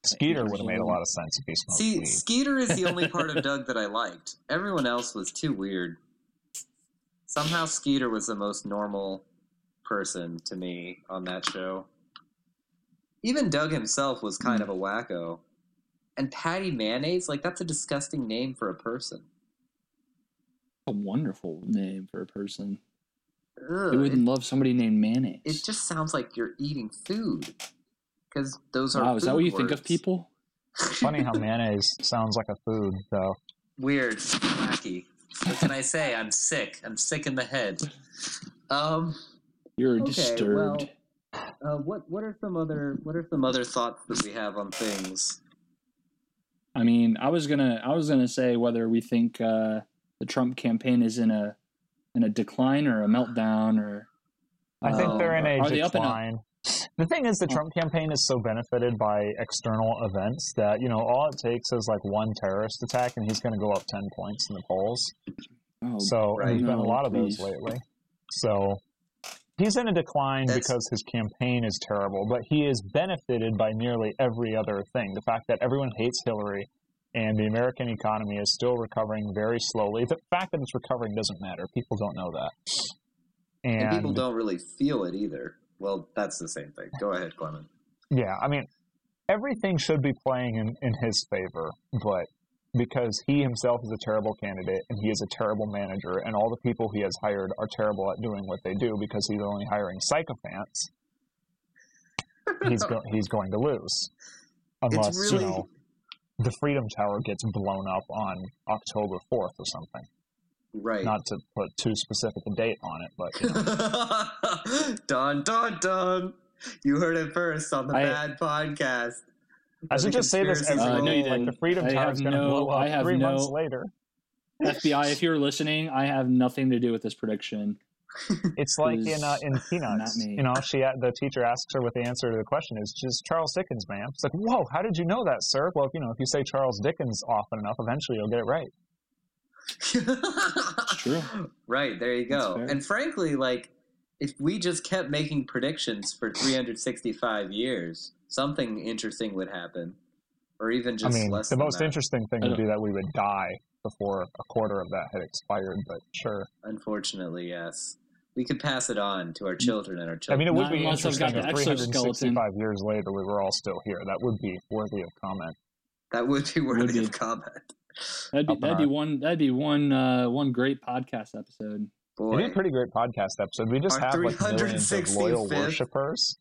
[SPEAKER 7] Skeeter
[SPEAKER 6] was
[SPEAKER 7] would have
[SPEAKER 6] a
[SPEAKER 7] made a
[SPEAKER 6] little-
[SPEAKER 7] lot of sense if he smoked
[SPEAKER 3] See,
[SPEAKER 7] weed.
[SPEAKER 3] Skeeter is the only part of Doug that I liked. Everyone else was too weird. Somehow Skeeter was the most normal person to me on that show. Even Doug himself was kind of
[SPEAKER 6] Hmm.
[SPEAKER 3] a wacko. And Patty Mayonnaise, like that's a disgusting name for a person.
[SPEAKER 6] A wonderful name for a person.
[SPEAKER 3] Ugh,
[SPEAKER 6] Who wouldn't
[SPEAKER 3] it,
[SPEAKER 6] love somebody named Mayonnaise?
[SPEAKER 3] it just sounds like you're eating food. Because those are
[SPEAKER 6] wow, is that
[SPEAKER 3] food
[SPEAKER 6] what you think of
[SPEAKER 3] words.
[SPEAKER 6] people?
[SPEAKER 7] Funny how mayonnaise sounds like a food, though.
[SPEAKER 3] Weird, wacky. What can I say? I'm sick. I'm sick in the head. Um,
[SPEAKER 6] You're
[SPEAKER 3] Okay,
[SPEAKER 6] disturbed.
[SPEAKER 3] well- uh, what what are some other what are some other thoughts that we have on things?
[SPEAKER 6] I mean, I was gonna I was gonna say whether we think uh, the Trump campaign is in a in a decline or a meltdown or
[SPEAKER 7] I think
[SPEAKER 6] um,
[SPEAKER 7] they're in a
[SPEAKER 6] are they up and up?
[SPEAKER 7] decline. The thing is, the Trump campaign is so benefited by external events that you know all it takes is like one terrorist attack, and he's going to go up ten points in the polls.
[SPEAKER 6] Oh,
[SPEAKER 7] So
[SPEAKER 3] right.
[SPEAKER 7] there's been a
[SPEAKER 6] No,
[SPEAKER 7] lot of those
[SPEAKER 6] please.
[SPEAKER 7] lately. So he's in a decline
[SPEAKER 3] That's-
[SPEAKER 7] because his campaign is terrible, but he is benefited by nearly every other thing. The fact that everyone hates Hillary and the American economy is still recovering very slowly. The fact that it's recovering doesn't matter. People don't know that.
[SPEAKER 3] And,
[SPEAKER 7] And,
[SPEAKER 3] people don't really feel it either. Well, that's the same thing. Go ahead, Clement.
[SPEAKER 7] yeah, I mean, everything should be playing in, in his favor, but because he himself is a terrible candidate and he is a terrible manager, and all the people he has hired are terrible at doing what they do because he's only hiring sycophants, he's, go- he's going to lose. Unless,
[SPEAKER 3] really-
[SPEAKER 7] you know, the Freedom Tower gets blown up on October 4th or something.
[SPEAKER 3] Right.
[SPEAKER 7] Not to put too specific a date on it, but you know,
[SPEAKER 3] dun dun dun. You heard it first on the
[SPEAKER 6] I-
[SPEAKER 3] Bad Podcast.
[SPEAKER 7] I
[SPEAKER 3] Are
[SPEAKER 7] should
[SPEAKER 3] the
[SPEAKER 7] just say this
[SPEAKER 3] conspiracies
[SPEAKER 7] every
[SPEAKER 6] Uh, no, you
[SPEAKER 7] week, like the
[SPEAKER 6] didn't.
[SPEAKER 7] Freedom
[SPEAKER 6] I
[SPEAKER 7] Tower is
[SPEAKER 6] have
[SPEAKER 7] going to
[SPEAKER 6] no-
[SPEAKER 7] blow up
[SPEAKER 6] I have
[SPEAKER 7] three
[SPEAKER 6] no-
[SPEAKER 7] months later.
[SPEAKER 6] FBI, if you're listening, I have nothing to do with this prediction.
[SPEAKER 7] It's like in uh,
[SPEAKER 6] is
[SPEAKER 7] in Peanuts.
[SPEAKER 6] me.
[SPEAKER 7] You know, she a- the teacher asks her what the answer to the question is. She's Charles Dickens, ma'am. It's like, whoa, how did you know that, sir? Well, you know, if you say Charles Dickens often enough, eventually you'll get it right.
[SPEAKER 6] true.
[SPEAKER 3] Right, there you
[SPEAKER 6] That's
[SPEAKER 3] go.
[SPEAKER 6] fair.
[SPEAKER 3] And frankly, like if we just kept making predictions for 365 years, something interesting would happen. Or even just
[SPEAKER 7] I mean,
[SPEAKER 3] less
[SPEAKER 7] the
[SPEAKER 3] than
[SPEAKER 7] most
[SPEAKER 3] that,
[SPEAKER 7] interesting thing
[SPEAKER 6] I
[SPEAKER 7] would
[SPEAKER 6] don't-
[SPEAKER 7] be that we would die before a quarter of that had expired. But sure,
[SPEAKER 3] unfortunately, yes. We could pass it on to our children and our
[SPEAKER 7] Mm. I
[SPEAKER 3] children.
[SPEAKER 7] mean, it would
[SPEAKER 6] Not
[SPEAKER 7] be
[SPEAKER 6] unless I've
[SPEAKER 7] interesting
[SPEAKER 6] got
[SPEAKER 7] if
[SPEAKER 6] the
[SPEAKER 7] 365 years later we were all still here. That would be worthy of comment.
[SPEAKER 3] that would be worthy
[SPEAKER 6] be.
[SPEAKER 3] of comment.
[SPEAKER 6] That'd be
[SPEAKER 7] Up in
[SPEAKER 6] that'd be
[SPEAKER 7] our-
[SPEAKER 6] one that'd be one uh, one great podcast episode.
[SPEAKER 3] Boy.
[SPEAKER 7] It'd be a pretty great podcast episode. We just
[SPEAKER 3] Our
[SPEAKER 7] have like millions of loyal
[SPEAKER 3] 365th
[SPEAKER 7] worshippers.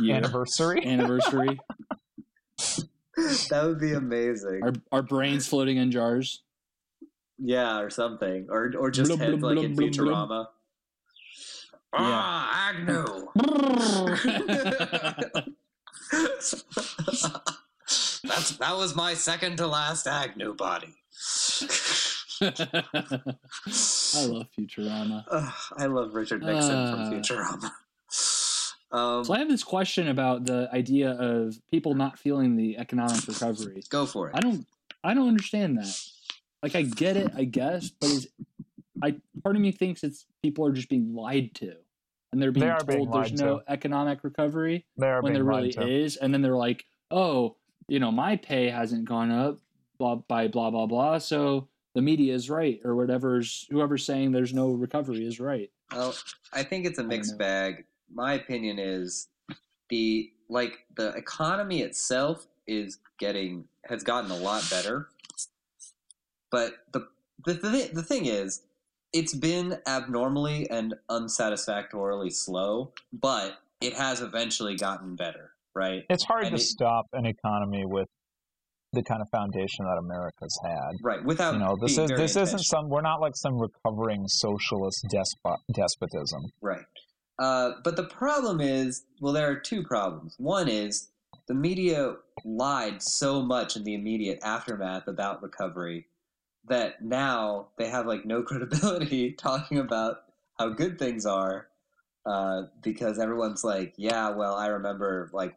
[SPEAKER 6] Year.
[SPEAKER 7] Anniversary.
[SPEAKER 6] anniversary.
[SPEAKER 3] that would be amazing.
[SPEAKER 6] Our our brains floating in jars.
[SPEAKER 3] yeah, or something. Or or just
[SPEAKER 6] Blub,
[SPEAKER 3] heads
[SPEAKER 6] blub,
[SPEAKER 3] like in
[SPEAKER 6] blub, blub, blub.
[SPEAKER 3] Futurama.
[SPEAKER 6] Yeah.
[SPEAKER 3] Ah, Agnew. That's that was my second to last Agnew body.
[SPEAKER 6] I love Futurama.
[SPEAKER 3] Ugh, I love Richard Nixon
[SPEAKER 6] Uh.
[SPEAKER 3] from Futurama. Um,
[SPEAKER 6] So I have this question about the idea of people not feeling the economic recovery.
[SPEAKER 3] go for it.
[SPEAKER 6] I don't I don't understand that. Like I get it, I guess, but is I part of me thinks it's people are just being lied to. And they're being
[SPEAKER 7] They are
[SPEAKER 6] told
[SPEAKER 7] being
[SPEAKER 6] there's
[SPEAKER 7] lied
[SPEAKER 6] no economic recovery
[SPEAKER 7] They are
[SPEAKER 6] when
[SPEAKER 7] being
[SPEAKER 6] there
[SPEAKER 7] lied
[SPEAKER 6] really
[SPEAKER 7] to.
[SPEAKER 6] is. And then they're like, Oh, you know, my pay hasn't gone up blah by blah blah blah. So the media is right or whatever's whoever's saying there's no recovery is right.
[SPEAKER 3] Well, I think it's a
[SPEAKER 6] don't
[SPEAKER 3] mixed
[SPEAKER 6] know.
[SPEAKER 3] bag. My opinion is the like the economy itself is getting has gotten a lot better, but the the the, the thing is, it's been abnormally and unsatisfactorily slow, but it has eventually gotten better, right?
[SPEAKER 7] It's hard
[SPEAKER 3] And
[SPEAKER 7] to
[SPEAKER 3] it-
[SPEAKER 7] stop an economy with the kind of foundation that America's had.
[SPEAKER 3] Right, without
[SPEAKER 7] You know, this
[SPEAKER 3] being
[SPEAKER 7] is
[SPEAKER 3] very
[SPEAKER 7] this isn't
[SPEAKER 3] intentional.
[SPEAKER 7] some. We're not like some recovering socialist despot despotism.
[SPEAKER 3] Right. Uh, but the problem is, well, there are two problems. One is the media lied so much in the immediate aftermath about recovery that now they have like no credibility talking about how good things are uh, because everyone's like, yeah, well, I remember like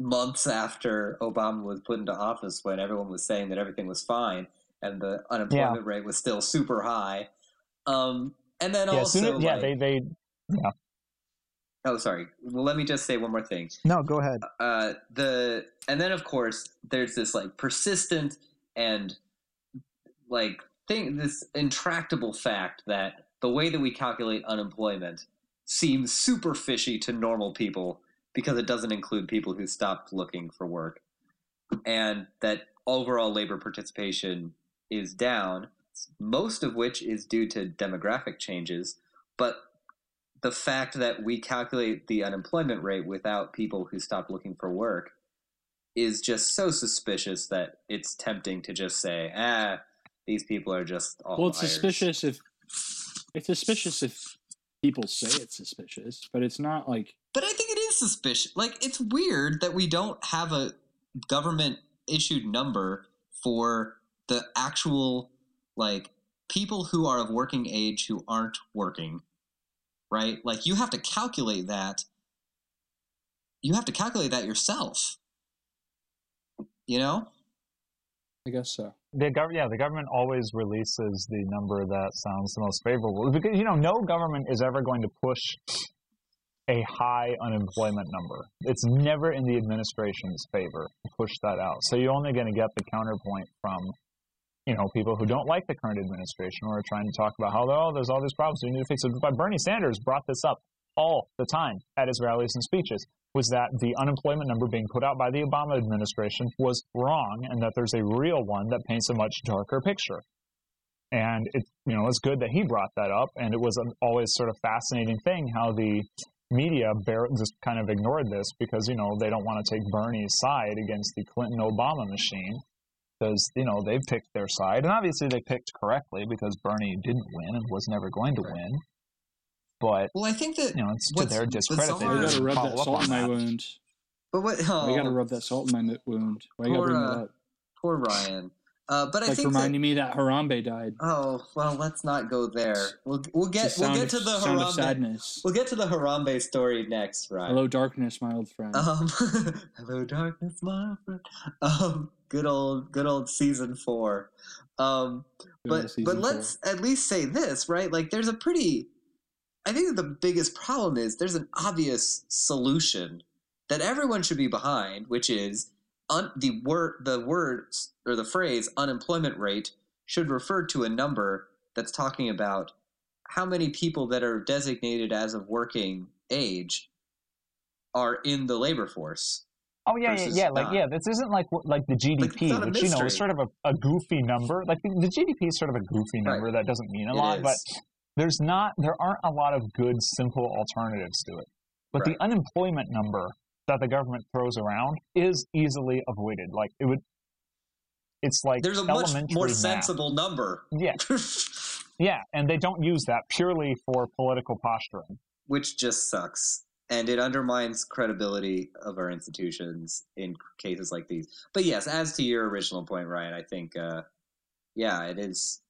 [SPEAKER 3] months after Obama was put into office when everyone was saying that everything was fine and the unemployment rate was still super high. Um, and then
[SPEAKER 7] yeah,
[SPEAKER 3] also,
[SPEAKER 7] soon, yeah,
[SPEAKER 3] like-
[SPEAKER 7] they they
[SPEAKER 3] Oh, sorry. Well, let me just say one more thing.
[SPEAKER 7] no. Go ahead.
[SPEAKER 3] Uh, the and then of course there's this like persistent and like thing, this intractable fact that the way that we calculate unemployment seems super fishy to normal people because it doesn't include people who stopped looking for work, and that overall labor participation is down, most of which is due to demographic changes, but the fact that we calculate the unemployment rate without people who stop looking for work is just so suspicious that it's tempting to just say, ah, these people are just all
[SPEAKER 6] well, it's
[SPEAKER 3] Oh, liars."
[SPEAKER 6] suspicious if it's suspicious if people say it's suspicious, but it's not like
[SPEAKER 3] But I think it is suspicious. Like it's weird that we don't have a government issued number for the actual like people who are of working age who aren't working, right? Like you have to calculate that. You have to calculate that yourself. You know?
[SPEAKER 6] I guess so.
[SPEAKER 7] The gov- yeah, the government always releases the number that sounds the most favorable because you know no government is ever going to push a high unemployment number. It's never in the administration's favor to push that out. So you're only going to get the counterpoint from you know people who don't like the current administration or are trying to talk about how oh there's all these problems we need to fix it. But Bernie Sanders brought this up all the time at his rallies and speeches was that the unemployment number being put out by the Obama administration was wrong and that there's a real one that paints a much darker picture. And it, you know, it's good that he brought that up, and it was an always sort of fascinating thing how the media bare, just kind of ignored this because you know they don't want to take Bernie's side against the Clinton Obama machine because you know they picked their side, and obviously they picked correctly because Bernie didn't win and was never going to win. But
[SPEAKER 3] Well, I think that
[SPEAKER 7] you know, it's to
[SPEAKER 3] What's-
[SPEAKER 7] their
[SPEAKER 3] but
[SPEAKER 7] discredit. They
[SPEAKER 3] someone-
[SPEAKER 6] I
[SPEAKER 3] Well,
[SPEAKER 7] didn't
[SPEAKER 6] gotta rub that
[SPEAKER 7] follow up
[SPEAKER 6] salt
[SPEAKER 7] on
[SPEAKER 6] in my
[SPEAKER 7] that.
[SPEAKER 6] wound.
[SPEAKER 3] but what oh,
[SPEAKER 6] I gotta rub that salt in my mi- wound. Why you gotta
[SPEAKER 3] Poor,
[SPEAKER 6] bring
[SPEAKER 3] uh,
[SPEAKER 6] that up?
[SPEAKER 3] poor Ryan. Uh, but I
[SPEAKER 6] Like
[SPEAKER 3] think that,
[SPEAKER 6] reminding me that Harambe died.
[SPEAKER 3] oh well, let's not go there. We'll we'll get
[SPEAKER 6] It's the
[SPEAKER 3] we'll
[SPEAKER 6] sound
[SPEAKER 3] get
[SPEAKER 6] of-
[SPEAKER 3] to the
[SPEAKER 6] sound of
[SPEAKER 3] Harambe.
[SPEAKER 6] sadness.
[SPEAKER 3] We'll get to the Harambe story next, Ryan.
[SPEAKER 6] Hello, darkness, my old friend.
[SPEAKER 3] Um, hello, darkness, my friend. Um, good old, good old season four. Um,
[SPEAKER 6] Good old
[SPEAKER 3] but but
[SPEAKER 6] season
[SPEAKER 3] let's at least say this, right? Like, there's a pretty. I think that the biggest problem is there's an obvious solution that everyone should be behind, which is un, the word the word or the phrase unemployment rate should refer to a number that's talking about how many people that are designated as of working age are in the labor force.
[SPEAKER 7] Oh yeah, yeah,
[SPEAKER 3] versus
[SPEAKER 7] yeah. Like
[SPEAKER 3] not.
[SPEAKER 7] yeah, this isn't like what- like the GDP,
[SPEAKER 3] not a
[SPEAKER 7] which you know
[SPEAKER 3] mystery.
[SPEAKER 7] is sort of a, a goofy number. Like the, the GDP is sort of a goofy
[SPEAKER 3] Right.
[SPEAKER 7] number that doesn't mean a
[SPEAKER 3] It
[SPEAKER 7] lot, but
[SPEAKER 3] is.
[SPEAKER 7] there's not there aren't a lot of good simple alternatives to it. But
[SPEAKER 3] Right.
[SPEAKER 7] the unemployment number that the government throws around is easily avoided. Like it would, it's like
[SPEAKER 3] There's a much
[SPEAKER 7] elementary
[SPEAKER 3] more
[SPEAKER 7] math.
[SPEAKER 3] sensible number,
[SPEAKER 7] Yeah, yeah, and they don't use that purely for political posturing.
[SPEAKER 3] which just sucks. And it undermines credibility of our institutions in cases like these. But yes, as to your original point, Ryan, I think, uh, yeah, it is.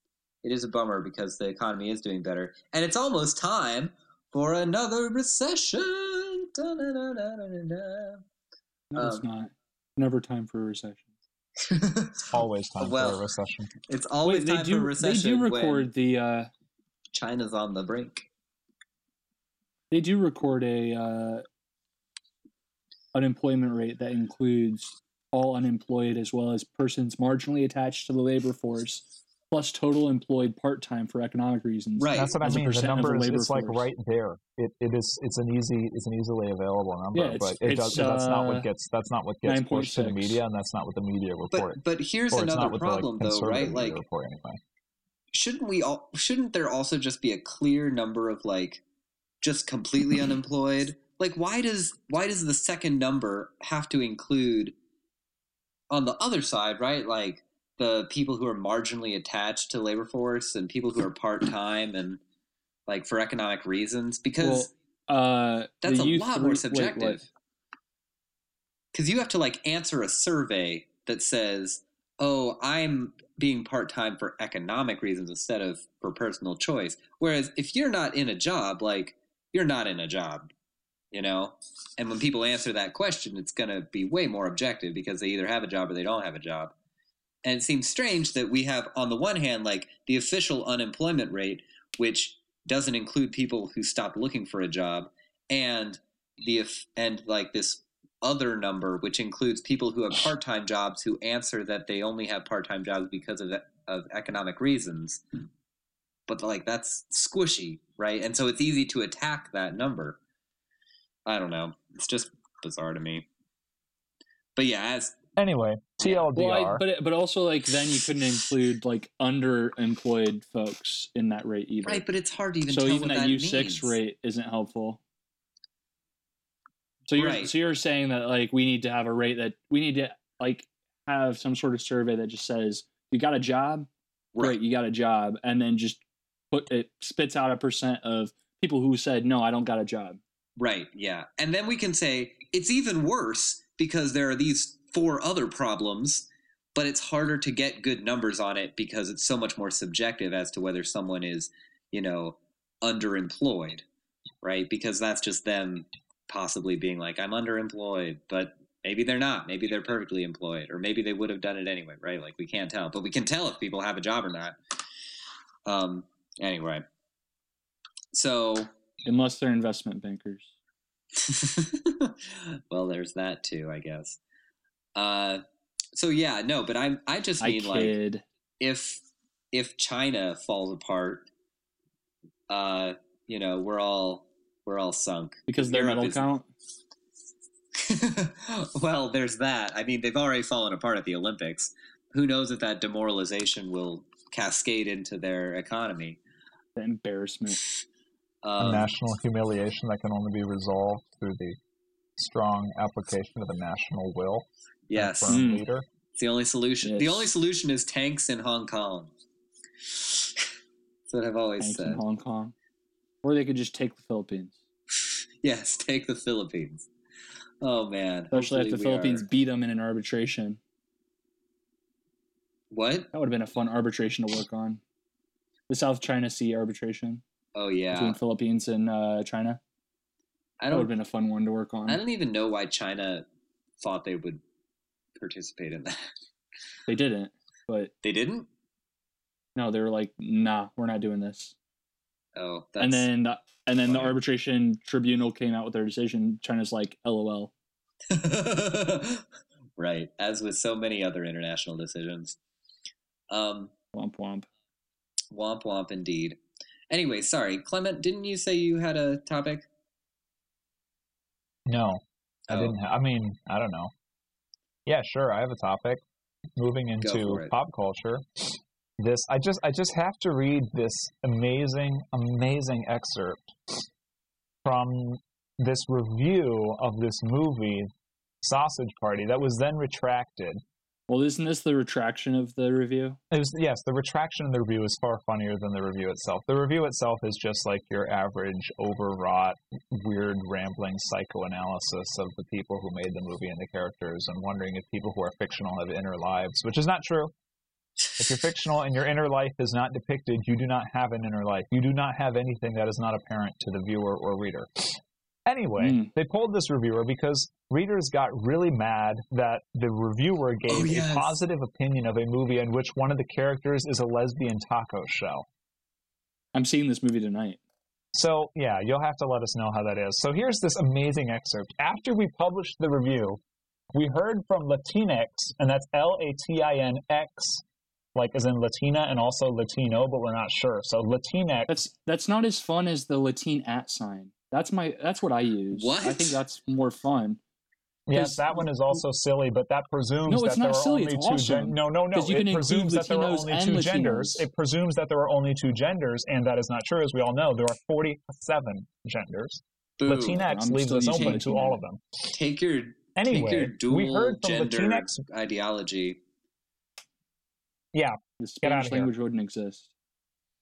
[SPEAKER 3] It is a bummer because the economy is doing better, and it's almost time for another recession. Da-na-na-na-na-na.
[SPEAKER 6] No, it's
[SPEAKER 3] Um,
[SPEAKER 6] not. Never time for a recession.
[SPEAKER 7] Always time
[SPEAKER 3] Well,
[SPEAKER 7] for a recession.
[SPEAKER 3] it's always
[SPEAKER 6] Wait, they
[SPEAKER 3] time
[SPEAKER 6] do.
[SPEAKER 3] for a recession.
[SPEAKER 6] they do
[SPEAKER 3] when
[SPEAKER 6] record the. Uh,
[SPEAKER 3] China's on the brink.
[SPEAKER 6] they do record a uh, unemployment rate that includes all unemployed as well as persons marginally attached to the labor force, plus total employed part time for economic reasons.
[SPEAKER 3] Right.
[SPEAKER 7] That's what I
[SPEAKER 6] as a
[SPEAKER 7] mean. The
[SPEAKER 6] percent of the
[SPEAKER 7] number is
[SPEAKER 6] labor
[SPEAKER 7] it's like
[SPEAKER 6] force.
[SPEAKER 7] right there. It, it is it's an easy it's an easily available number,
[SPEAKER 6] Yeah,
[SPEAKER 7] but
[SPEAKER 6] it's-
[SPEAKER 7] it does
[SPEAKER 6] it's,
[SPEAKER 7] that's not
[SPEAKER 6] uh,
[SPEAKER 7] what gets that's not what gets pushed to the
[SPEAKER 6] 9.6.
[SPEAKER 7] media, and that's not what the media report.
[SPEAKER 3] But but here's
[SPEAKER 7] or it's
[SPEAKER 3] another
[SPEAKER 7] not what the like
[SPEAKER 3] problem, though, right?
[SPEAKER 7] conservative media
[SPEAKER 3] Like,
[SPEAKER 7] report anyway.
[SPEAKER 3] shouldn't we all? Shouldn't there also just be a clear number of like, just completely unemployed? Like, why does why does the second number have to include, on the other side, right? Like the people who are marginally attached to labor force and people who are part time and like for economic reasons, because
[SPEAKER 6] Well, uh,
[SPEAKER 3] that's
[SPEAKER 6] the
[SPEAKER 3] a
[SPEAKER 6] youth
[SPEAKER 3] lot
[SPEAKER 6] re-
[SPEAKER 3] more
[SPEAKER 6] wait,
[SPEAKER 3] subjective.
[SPEAKER 6] what?
[SPEAKER 3] because you have to like answer a survey that says, "Oh, I'm being part time for economic reasons instead of for personal choice." Whereas if you're not in a job, like you're not in a job, you know. And when people answer that question, it's going to be way more objective because they either have a job or they don't have a job. And it seems strange that we have, on the one hand, like the official unemployment rate, which doesn't include people who stopped looking for a job, and the if and like this other number, which includes people who have part time jobs who answer that they only have part time jobs because of, of economic reasons.
[SPEAKER 6] Hmm.
[SPEAKER 3] But like that's squishy, right? And so it's easy to attack that number. I don't know. It's just bizarre to me. But yeah, as
[SPEAKER 7] Anyway, TLDR.
[SPEAKER 6] Well, I, but it- but also like then you couldn't include like underemployed folks in that rate either.
[SPEAKER 3] right, but it's hard to even
[SPEAKER 6] so
[SPEAKER 3] tell
[SPEAKER 6] even
[SPEAKER 3] what
[SPEAKER 6] that
[SPEAKER 3] that
[SPEAKER 6] U
[SPEAKER 3] means.
[SPEAKER 6] six rate isn't helpful. So you're
[SPEAKER 3] Right.
[SPEAKER 6] so you're saying that like we need to have a rate that we need to like have some sort of survey that just says you got a job,
[SPEAKER 3] Right.
[SPEAKER 6] great, you got a job, and then just put it spits out a percent of people who said no, I don't got a job.
[SPEAKER 3] Right, yeah. And then we can say it's even worse because there are these four other problems but it's harder to get good numbers on it because it's so much more subjective as to whether someone is, you know, underemployed, right? Because that's just them possibly being like, I'm underemployed, but maybe they're not. Maybe they're perfectly employed, or maybe they would have done it anyway, right? Like we can't tell, but we can tell if people have a job or not. Um, anyway, so
[SPEAKER 6] unless they're investment bankers.
[SPEAKER 3] well, there's that too, I guess. Uh, so yeah, no, but I I just
[SPEAKER 6] I
[SPEAKER 3] mean like
[SPEAKER 6] kid.
[SPEAKER 3] if if China falls apart, uh, you know, we're all we're all sunk.
[SPEAKER 6] because their
[SPEAKER 3] Europe
[SPEAKER 6] medal
[SPEAKER 3] is-
[SPEAKER 6] count.
[SPEAKER 3] well, there's that. I mean, they've already fallen apart at the Olympics. Who knows if that demoralization will cascade into their economy?
[SPEAKER 6] The embarrassment.
[SPEAKER 7] a
[SPEAKER 3] Um,
[SPEAKER 7] national humiliation that can only be resolved through the strong application of the national will and a
[SPEAKER 3] yes,
[SPEAKER 7] firm
[SPEAKER 6] Mm.
[SPEAKER 7] leader.
[SPEAKER 3] it's the only solution. The
[SPEAKER 6] Yes.
[SPEAKER 3] only solution is tanks in Hong Kong. That's what I've always
[SPEAKER 6] Thanks in
[SPEAKER 3] said.
[SPEAKER 6] Hong Kong. Or they could just take the Philippines.
[SPEAKER 3] Yes, take the Philippines. Oh man,
[SPEAKER 6] Especially
[SPEAKER 3] hopefully
[SPEAKER 6] if the
[SPEAKER 3] we are-
[SPEAKER 6] Philippines beat them in an arbitration.
[SPEAKER 3] What?
[SPEAKER 6] That would have been a fun arbitration to work on. The South China Sea arbitration
[SPEAKER 3] Oh yeah,
[SPEAKER 6] between Philippines and uh, China.
[SPEAKER 3] I
[SPEAKER 6] That would
[SPEAKER 3] don't
[SPEAKER 6] have been a fun one to work on.
[SPEAKER 3] I don't even know why China thought they would participate in that.
[SPEAKER 6] They didn't, but
[SPEAKER 3] They didn't?
[SPEAKER 6] no, they were like, "Nah, we're not doing this."
[SPEAKER 3] Oh, that's
[SPEAKER 6] and then, the, and then the
[SPEAKER 3] funny.
[SPEAKER 6] arbitration tribunal came out with their decision. China's like, "LOL."
[SPEAKER 3] right. As with so many other international decisions. Um,
[SPEAKER 6] Womp womp.
[SPEAKER 3] womp womp indeed. Anyway, sorry, Clement, didn't you say you had a topic?
[SPEAKER 7] No, I
[SPEAKER 3] Oh.
[SPEAKER 7] didn't. Ha- I mean, I don't know. Yeah, sure. I have a topic. Moving
[SPEAKER 3] for
[SPEAKER 7] into
[SPEAKER 3] it.
[SPEAKER 7] pop culture, this I just I just have to read this amazing amazing excerpt from this review of this movie, Sausage Party, that was then retracted.
[SPEAKER 6] Well, isn't this the retraction of the review?
[SPEAKER 7] It was, yes, the retraction of the review is far funnier than the review itself. The review itself is just like your average, overwrought, weird, rambling psychoanalysis of the people who made the movie and the characters, and wondering if people who are fictional have inner lives, which is not true. If you're fictional and your inner life is not depicted, you do not have an inner life. You do not have anything that is not apparent to the viewer or reader. Anyway,
[SPEAKER 6] Mm.
[SPEAKER 7] they pulled this reviewer because readers got really mad that the reviewer gave
[SPEAKER 3] Oh, yes.
[SPEAKER 7] a positive opinion of a movie in which one of the characters is a lesbian taco shell.
[SPEAKER 6] I'm seeing this movie tonight.
[SPEAKER 7] So, yeah, you'll have to let us know how that is. So, here's this amazing excerpt. After we published the review, we heard from Latinx, and that's L A T I N X, like as in Latina and also Latino, but we're not sure. So, Latinx.
[SPEAKER 6] That's that's not as fun as the Latin at sign. That's my that's what I use. I
[SPEAKER 3] What?
[SPEAKER 6] think that's more fun.
[SPEAKER 7] Yes, that one is also silly, but that presumes
[SPEAKER 6] No, it's
[SPEAKER 7] that there
[SPEAKER 6] not
[SPEAKER 7] are
[SPEAKER 6] silly,
[SPEAKER 7] only
[SPEAKER 6] it's
[SPEAKER 7] two
[SPEAKER 6] awesome.
[SPEAKER 7] gen- No, no, no.
[SPEAKER 6] 'Cause you
[SPEAKER 7] it
[SPEAKER 6] can include
[SPEAKER 7] presumes that there are
[SPEAKER 6] Latinos
[SPEAKER 7] only
[SPEAKER 6] and
[SPEAKER 7] two genders.
[SPEAKER 6] Latinos.
[SPEAKER 7] It presumes that there are only two genders, and that is not true. As we all know, there are 47 genders.
[SPEAKER 3] Boo.
[SPEAKER 7] Latinx
[SPEAKER 6] I'm
[SPEAKER 7] leaves
[SPEAKER 6] still
[SPEAKER 7] us
[SPEAKER 6] using
[SPEAKER 7] open to all
[SPEAKER 6] Latina.
[SPEAKER 7] of them.
[SPEAKER 3] Take your take your
[SPEAKER 7] Anyway,
[SPEAKER 3] dual
[SPEAKER 7] we heard from
[SPEAKER 3] gender
[SPEAKER 7] Latinx.
[SPEAKER 3] ideology.
[SPEAKER 6] The
[SPEAKER 7] outta
[SPEAKER 6] Spanish
[SPEAKER 7] here.
[SPEAKER 6] language wouldn't exist.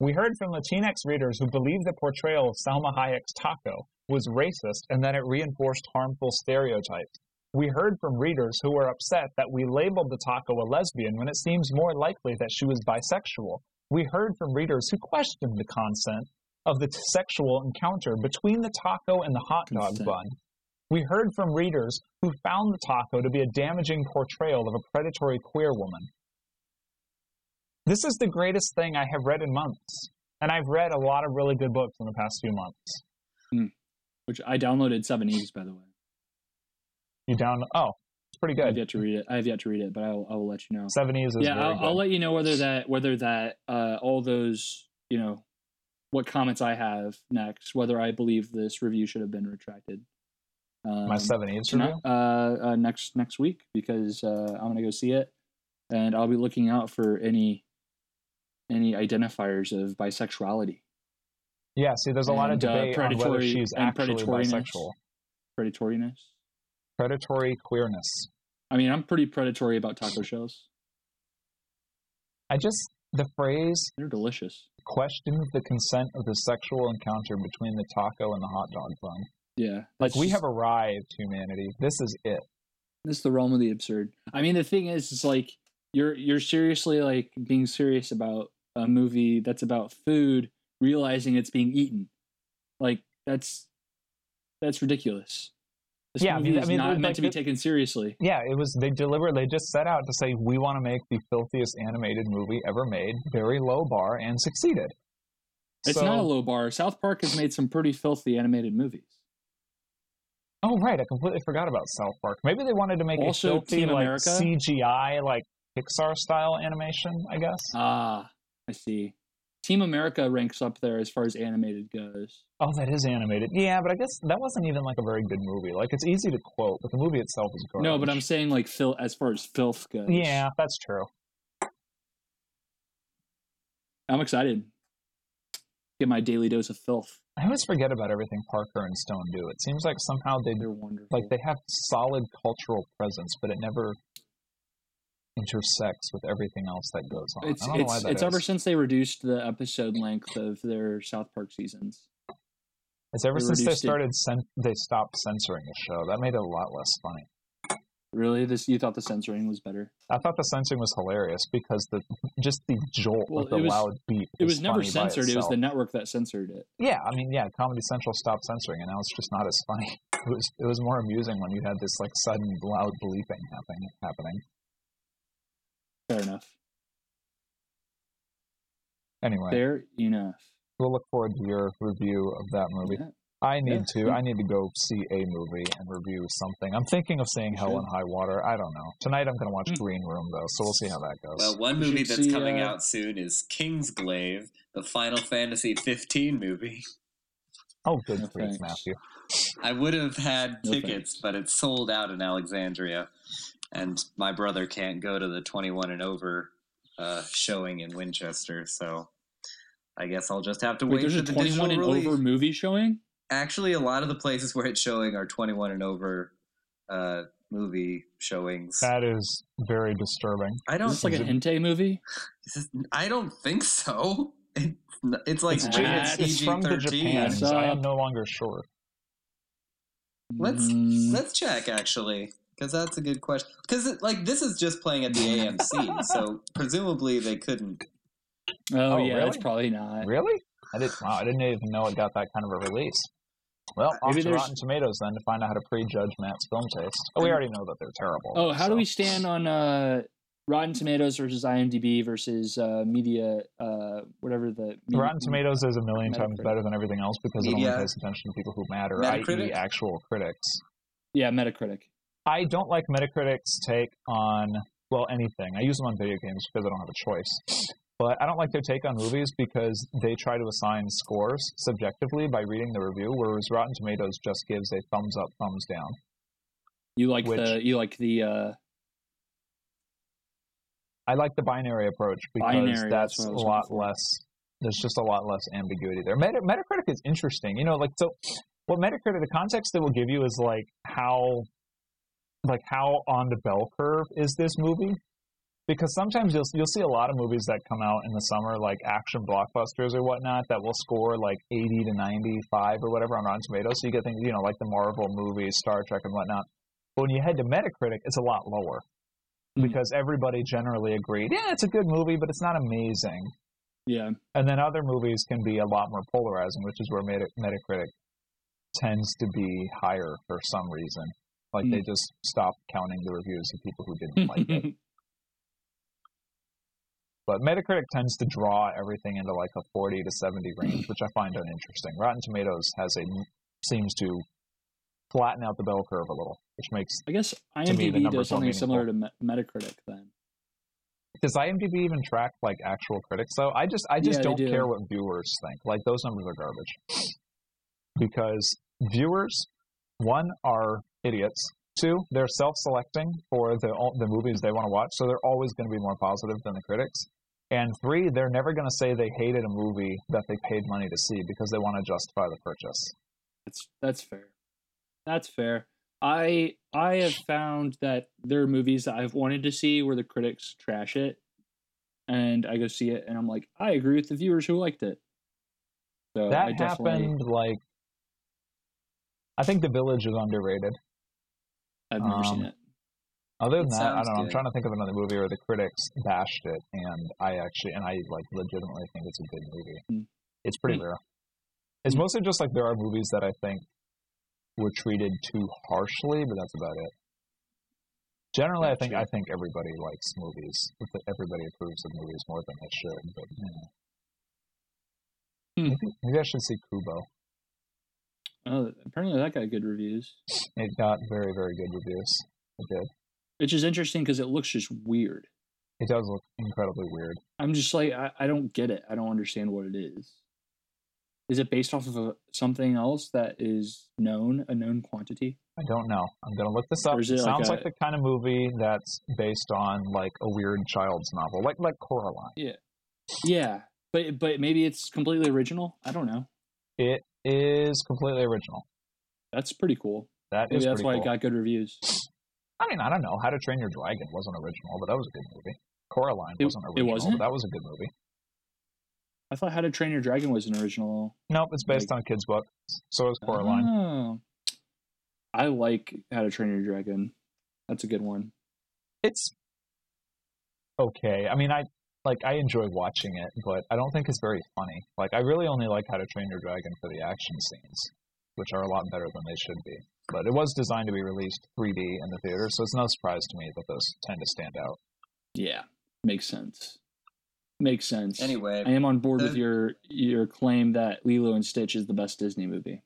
[SPEAKER 7] We heard from Latinx readers who believed the portrayal of Salma Hayek's taco was racist and that it reinforced harmful stereotypes. We heard from readers who were upset that we labeled the taco a lesbian when it seems more likely that she was bisexual. We heard from readers who questioned the consent of the t- sexual encounter between the taco and the hot dog
[SPEAKER 6] Consent.
[SPEAKER 7] bun. We heard from readers who found the taco to be a damaging portrayal of a predatory queer woman. This is the greatest thing I have read in months, and I've read a lot of really good books in the past few months.
[SPEAKER 6] Which I downloaded seven eves by the way.
[SPEAKER 7] You down? Oh, it's pretty
[SPEAKER 6] I've
[SPEAKER 7] good.
[SPEAKER 6] yet to read it. I have yet to read it, but I will, I will let you know.
[SPEAKER 7] Seven Eves is
[SPEAKER 6] yeah,
[SPEAKER 7] very
[SPEAKER 6] I'll,
[SPEAKER 7] good.
[SPEAKER 6] I'll let you know whether that whether that uh, all those you know what comments I have next, whether I believe this review should have been retracted. Um,
[SPEAKER 7] My Seven Eves
[SPEAKER 6] tonight,
[SPEAKER 7] review.
[SPEAKER 6] uh, uh, next next week because uh, I'm gonna go see it, and I'll be looking out for any any identifiers of bisexuality,
[SPEAKER 7] Yeah, see, there's a lot of
[SPEAKER 6] and, uh,
[SPEAKER 7] debate on whether
[SPEAKER 6] predatory-
[SPEAKER 7] she's
[SPEAKER 6] and
[SPEAKER 7] actually
[SPEAKER 6] predatoriness.
[SPEAKER 7] bisexual.
[SPEAKER 6] predatoriness.
[SPEAKER 7] Predatory queerness.
[SPEAKER 6] I mean, I'm pretty predatory about taco shells.
[SPEAKER 7] I just the phrase
[SPEAKER 6] They're delicious.
[SPEAKER 7] questioned the consent of the sexual encounter between the taco and the hot dog bun.
[SPEAKER 6] Yeah,
[SPEAKER 7] Like
[SPEAKER 6] that's
[SPEAKER 7] we
[SPEAKER 6] just-
[SPEAKER 7] have arrived, humanity. This is it.
[SPEAKER 6] That's the realm of the absurd. I mean, the thing is, it's like you're you're seriously like being serious about a movie that's about food, realizing it's being eaten. Like that's that's ridiculous. This
[SPEAKER 7] Yeah, I
[SPEAKER 6] movie
[SPEAKER 7] mean- I
[SPEAKER 6] is
[SPEAKER 7] mean,
[SPEAKER 6] not
[SPEAKER 7] like
[SPEAKER 6] meant to be
[SPEAKER 7] the-
[SPEAKER 6] taken seriously.
[SPEAKER 7] Yeah, it was. They deliberately just set out to say we want to make the filthiest animated movie ever made, very low bar, and succeeded.
[SPEAKER 6] It's
[SPEAKER 7] So-
[SPEAKER 6] not a low bar. South Park has made some pretty filthy animated movies.
[SPEAKER 7] Oh right, I completely forgot about South Park. Maybe they wanted to make
[SPEAKER 6] Also,
[SPEAKER 7] a filthy
[SPEAKER 6] Team
[SPEAKER 7] like
[SPEAKER 6] America?
[SPEAKER 7] CGI like Pixar style animation. I guess.
[SPEAKER 6] Ah, I see. Team America ranks up there as far as animated goes.
[SPEAKER 7] Oh, that is animated. Yeah, but I guess that wasn't even like a very good movie. Like it's easy to quote, but the movie itself is garbage.
[SPEAKER 6] No, but I'm saying like fil- as far as filth goes.
[SPEAKER 7] Yeah, that's true.
[SPEAKER 6] I'm excited. Get my daily dose of filth.
[SPEAKER 7] I always forget about everything Parker and Stone do. It seems like somehow they
[SPEAKER 6] They're wonderful.
[SPEAKER 7] like they have solid cultural presence, but it never intersects with everything else that goes on.
[SPEAKER 6] it's
[SPEAKER 7] I don't know why
[SPEAKER 6] it's
[SPEAKER 7] that
[SPEAKER 6] it's
[SPEAKER 7] is.
[SPEAKER 6] ever since they reduced the episode length of their South Park seasons.
[SPEAKER 7] it's ever
[SPEAKER 6] they
[SPEAKER 7] since they
[SPEAKER 6] reduced it.
[SPEAKER 7] started cen- they stopped censoring the show. That made it a lot less funny.
[SPEAKER 6] Really, this you thought the censoring was better?
[SPEAKER 7] I thought the censoring was hilarious because the just the jolt
[SPEAKER 6] Well,
[SPEAKER 7] of the
[SPEAKER 6] it was-
[SPEAKER 7] loud beat.
[SPEAKER 6] It
[SPEAKER 7] is
[SPEAKER 6] was never
[SPEAKER 7] funny by
[SPEAKER 6] censored. It was
[SPEAKER 7] itself.
[SPEAKER 6] the network that censored it.
[SPEAKER 7] Yeah, I mean, yeah, Comedy Central stopped censoring, and now it's just not as funny. It was it was more amusing when you had this like sudden loud bleeping happening. Happening
[SPEAKER 6] Fair enough.
[SPEAKER 7] anyway.
[SPEAKER 6] Fair enough.
[SPEAKER 7] We'll look forward to your review of that movie.
[SPEAKER 6] Yeah.
[SPEAKER 7] I need
[SPEAKER 6] Yeah.
[SPEAKER 7] to. I need to go see a movie and review something. I'm thinking of seeing Hell
[SPEAKER 6] should.
[SPEAKER 7] and High Water. I don't know. Tonight I'm going to watch
[SPEAKER 6] Hmm.
[SPEAKER 7] Green Room though, so we'll see how that goes.
[SPEAKER 3] Well, one
[SPEAKER 6] We
[SPEAKER 3] movie
[SPEAKER 6] should
[SPEAKER 3] that's
[SPEAKER 6] see,
[SPEAKER 3] coming
[SPEAKER 6] uh,
[SPEAKER 3] out soon is Kingsglaive, the Final Fantasy 15 movie.
[SPEAKER 7] oh, good
[SPEAKER 6] no
[SPEAKER 7] grief,
[SPEAKER 6] thanks.
[SPEAKER 7] Matthew.
[SPEAKER 3] I would have had
[SPEAKER 6] No
[SPEAKER 3] tickets, but it's sold out in Alexandria, and my brother can't go to the 21 and over uh, showing in Winchester, so I guess I'll just have to
[SPEAKER 6] Wait,
[SPEAKER 3] wait
[SPEAKER 6] there's
[SPEAKER 3] for
[SPEAKER 6] a
[SPEAKER 3] the digital
[SPEAKER 6] 21 and
[SPEAKER 3] release.
[SPEAKER 6] over movie showing.
[SPEAKER 3] Actually, a lot of the places where it's showing are 21 and over uh, movie showings.
[SPEAKER 7] That is very disturbing.
[SPEAKER 3] I
[SPEAKER 6] Is
[SPEAKER 3] don't
[SPEAKER 6] this like a
[SPEAKER 3] think-
[SPEAKER 6] hentai movie?
[SPEAKER 3] This is- I don't think so. It's, n- it's like
[SPEAKER 7] It's, J-
[SPEAKER 3] rated
[SPEAKER 7] it's, it's from the
[SPEAKER 3] PG-13.
[SPEAKER 7] Japans.
[SPEAKER 6] That's
[SPEAKER 7] I am
[SPEAKER 6] up.
[SPEAKER 7] no longer sure.
[SPEAKER 3] Let's
[SPEAKER 6] Mm,
[SPEAKER 3] let's check actually, because that's a good question. Because like this is just playing at the AMC, so presumably they couldn't.
[SPEAKER 6] oh,
[SPEAKER 7] Oh,
[SPEAKER 6] yeah,
[SPEAKER 7] really?
[SPEAKER 6] it's probably not.
[SPEAKER 7] Really? I didn't. Wow, I didn't even know it got that kind of a release. Well, off
[SPEAKER 6] Maybe
[SPEAKER 7] to
[SPEAKER 6] there's- Mm.
[SPEAKER 7] Rotten Tomatoes then to find out how to prejudge Matt's film taste. Oh, we already know that they're terrible.
[SPEAKER 6] Oh, how
[SPEAKER 7] so.
[SPEAKER 6] do we stand on uh, Rotten Tomatoes versus IMDb versus uh, media, uh, whatever the media,
[SPEAKER 7] Rotten Tomatoes is a million times
[SPEAKER 6] Metacritic.
[SPEAKER 7] better than everything else because it
[SPEAKER 3] Media.
[SPEAKER 7] only pays attention to people who matter, i.e.,
[SPEAKER 3] Metacritic?
[SPEAKER 7] actual critics.
[SPEAKER 6] Yeah, Metacritic.
[SPEAKER 7] I don't like Metacritic's take on well anything. I use them on video games because I don't have a choice. But I don't like their take on movies because they try to assign scores subjectively by reading the review, whereas Rotten Tomatoes just gives a thumbs up, thumbs down.
[SPEAKER 6] You like
[SPEAKER 7] Which-
[SPEAKER 6] the you like the uh,
[SPEAKER 7] I like the binary approach because
[SPEAKER 6] Binary, that's what
[SPEAKER 7] that's,
[SPEAKER 6] I
[SPEAKER 7] a
[SPEAKER 6] was
[SPEAKER 7] lot
[SPEAKER 6] looking for.
[SPEAKER 7] less. There's just a lot less ambiguity there. Meta, Metacritic is interesting. You know, like so. What Metacritic, the context it will give you is like how, like how on the bell curve is this movie? Because sometimes you'll you'll see a lot of movies that come out in the summer, like action blockbusters or whatnot, that will score like 80 to 95 or whatever on Rotten Tomatoes. So you get things, you know, like the Marvel movies, Star Trek, and whatnot. But when you head to Metacritic, it's a lot lower
[SPEAKER 6] Mhm.
[SPEAKER 7] because everybody generally agreed, yeah, it's a good movie, but it's not amazing.
[SPEAKER 6] yeah.
[SPEAKER 7] And then other movies can be a lot more polarizing, which is where Meta- Metacritic tends to be higher for some reason. Like they just stopped counting the reviews of people who didn't like it. But Metacritic tends to draw everything into like a 40 to 70 range, which I find uninteresting. Rotten Tomatoes has a seems to flatten out the bell curve a little, which makes
[SPEAKER 6] I guess
[SPEAKER 7] To me, the
[SPEAKER 6] IMDb does
[SPEAKER 7] numbers don't
[SPEAKER 6] something similar to Me- Metacritic. Then
[SPEAKER 7] Does IMDb even track like actual critics though? I just I just
[SPEAKER 6] Yeah, they
[SPEAKER 7] don't
[SPEAKER 6] do.
[SPEAKER 7] care what viewers think. Like those numbers are garbage because viewers one are idiots. Two, they're self-selecting for the all- the movies they want to watch, so they're always going to be more positive than the critics. And three, they're never going to say they hated a movie that they paid money to see because they want to justify the purchase.
[SPEAKER 6] that's that's fair. That's fair. I I have found that there are movies that I've wanted to see where the critics trash it, and I go see it, and I'm like, I agree with the viewers who liked it. So
[SPEAKER 7] that
[SPEAKER 6] Oh, I definitely
[SPEAKER 7] happened like I think The Village is underrated.
[SPEAKER 6] I've never seen it.
[SPEAKER 7] um, Other than
[SPEAKER 3] It sounds
[SPEAKER 7] that, I don't know. I'm
[SPEAKER 3] good.
[SPEAKER 7] trying to think of another movie where the critics bashed it, and I actually and I like legitimately think it's a good movie.
[SPEAKER 6] Hmm.
[SPEAKER 7] It's pretty
[SPEAKER 6] Hmm.
[SPEAKER 7] rare. It's
[SPEAKER 6] Hmm.
[SPEAKER 7] mostly just like there are movies that I think were treated too harshly, but that's about it. Generally, I think I think everybody likes movies. I think Everybody approves of movies more than they should. But you know.
[SPEAKER 6] Hmm.
[SPEAKER 7] maybe, maybe I should see Kubo.
[SPEAKER 6] Oh, apparently that got good reviews,
[SPEAKER 7] It got very very good reviews. It did.
[SPEAKER 6] which is interesting because it looks just weird.
[SPEAKER 7] It does look incredibly weird.
[SPEAKER 6] I'm just like I, I don't get it. I don't understand what it is. Is it based off of a, something else that is known, a known quantity?
[SPEAKER 7] I don't know. I'm gonna look this up.
[SPEAKER 6] Or
[SPEAKER 7] It
[SPEAKER 6] is it like
[SPEAKER 7] sounds
[SPEAKER 6] a-
[SPEAKER 7] like the kind of movie that's based on like a weird child's novel, like like Coraline.
[SPEAKER 6] Yeah, but but maybe it's completely original. I don't know.
[SPEAKER 7] It is completely original.
[SPEAKER 6] That's pretty cool.
[SPEAKER 7] That
[SPEAKER 6] Maybe
[SPEAKER 7] is
[SPEAKER 6] that's
[SPEAKER 7] pretty
[SPEAKER 6] why
[SPEAKER 7] cool.
[SPEAKER 6] it got good reviews.
[SPEAKER 7] I mean, I don't know. How to Train Your Dragon wasn't original, but that was a good movie. Coraline
[SPEAKER 6] It-
[SPEAKER 7] wasn't
[SPEAKER 6] it
[SPEAKER 7] original,
[SPEAKER 6] wasn't?
[SPEAKER 7] but that was a good movie.
[SPEAKER 6] I thought How to Train Your Dragon was an original.
[SPEAKER 7] Nope, it's based on a kid's book. So is Coraline.
[SPEAKER 6] Oh. I like How to Train Your Dragon. That's a good one.
[SPEAKER 7] It's okay. I mean, I like I enjoy watching it, but I don't think it's very funny. Like I really only like How to Train Your Dragon for the action scenes, which are a lot better than they should be. But it was designed to be released 3D in the theater, so it's no surprise to me that those tend to stand out.
[SPEAKER 6] Yeah, makes sense. Makes sense.
[SPEAKER 3] Anyway,
[SPEAKER 6] I am on board with
[SPEAKER 3] the-
[SPEAKER 6] your your claim that Lilo and Stitch is the best Disney movie.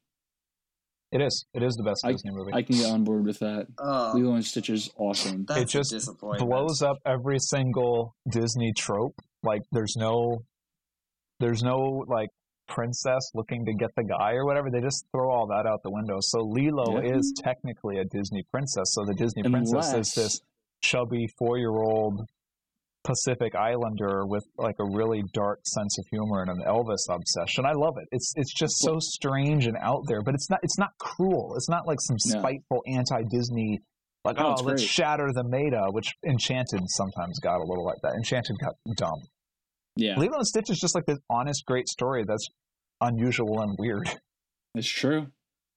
[SPEAKER 7] It is. It is the best Disney movie.
[SPEAKER 6] I can get on board with that.
[SPEAKER 3] oh,
[SPEAKER 6] Lilo and Stitch is awesome.
[SPEAKER 3] that's
[SPEAKER 7] just
[SPEAKER 3] a disappointment.
[SPEAKER 7] blows up every single Disney trope. Like there's no there's no like princess looking to get the guy or whatever. They just throw all that out the window. So Lilo
[SPEAKER 6] Yeah.
[SPEAKER 7] is technically a Disney princess. So the Disney princess is
[SPEAKER 6] Unless
[SPEAKER 7] this chubby four year old Pacific Islander with like a really dark sense of humor and an Elvis obsession. I love it. It's it's just so strange and out there, but it's not it's not cruel. It's not like some
[SPEAKER 6] No.
[SPEAKER 7] spiteful anti Disney like
[SPEAKER 6] No,
[SPEAKER 7] oh
[SPEAKER 6] it's
[SPEAKER 7] let's
[SPEAKER 6] great.
[SPEAKER 7] shatter the Maida, which Enchanted sometimes got a little like that. Enchanted got dumb.
[SPEAKER 6] yeah,
[SPEAKER 7] Lilo and Stitch is just like this honest, great story that's unusual and weird.
[SPEAKER 6] it's true.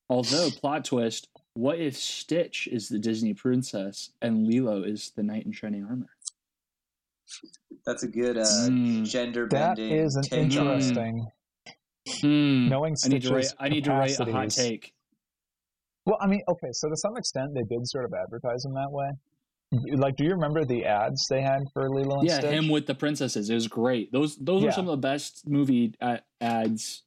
[SPEAKER 6] Although plot twist, what if Stitch is the Disney princess and Lilo is the knight in shining armor?
[SPEAKER 3] That's a good uh,
[SPEAKER 6] Mm.
[SPEAKER 3] gender
[SPEAKER 7] That
[SPEAKER 3] bending.
[SPEAKER 7] is an
[SPEAKER 3] take on it.
[SPEAKER 7] interesting
[SPEAKER 6] Hmm.
[SPEAKER 7] knowing
[SPEAKER 6] I need to write.
[SPEAKER 7] Stitch's
[SPEAKER 6] I need to write a hot
[SPEAKER 7] capacities.
[SPEAKER 6] take.
[SPEAKER 7] Well, I mean, okay, so to some extent they did sort of advertise him that way. Like, do you remember the ads they had for Lilo and
[SPEAKER 6] Mm-hmm. Yeah,
[SPEAKER 7] Stitch?
[SPEAKER 6] him with the princesses. It was great. Those those
[SPEAKER 7] Yeah.
[SPEAKER 6] were some of the best movie uh, ads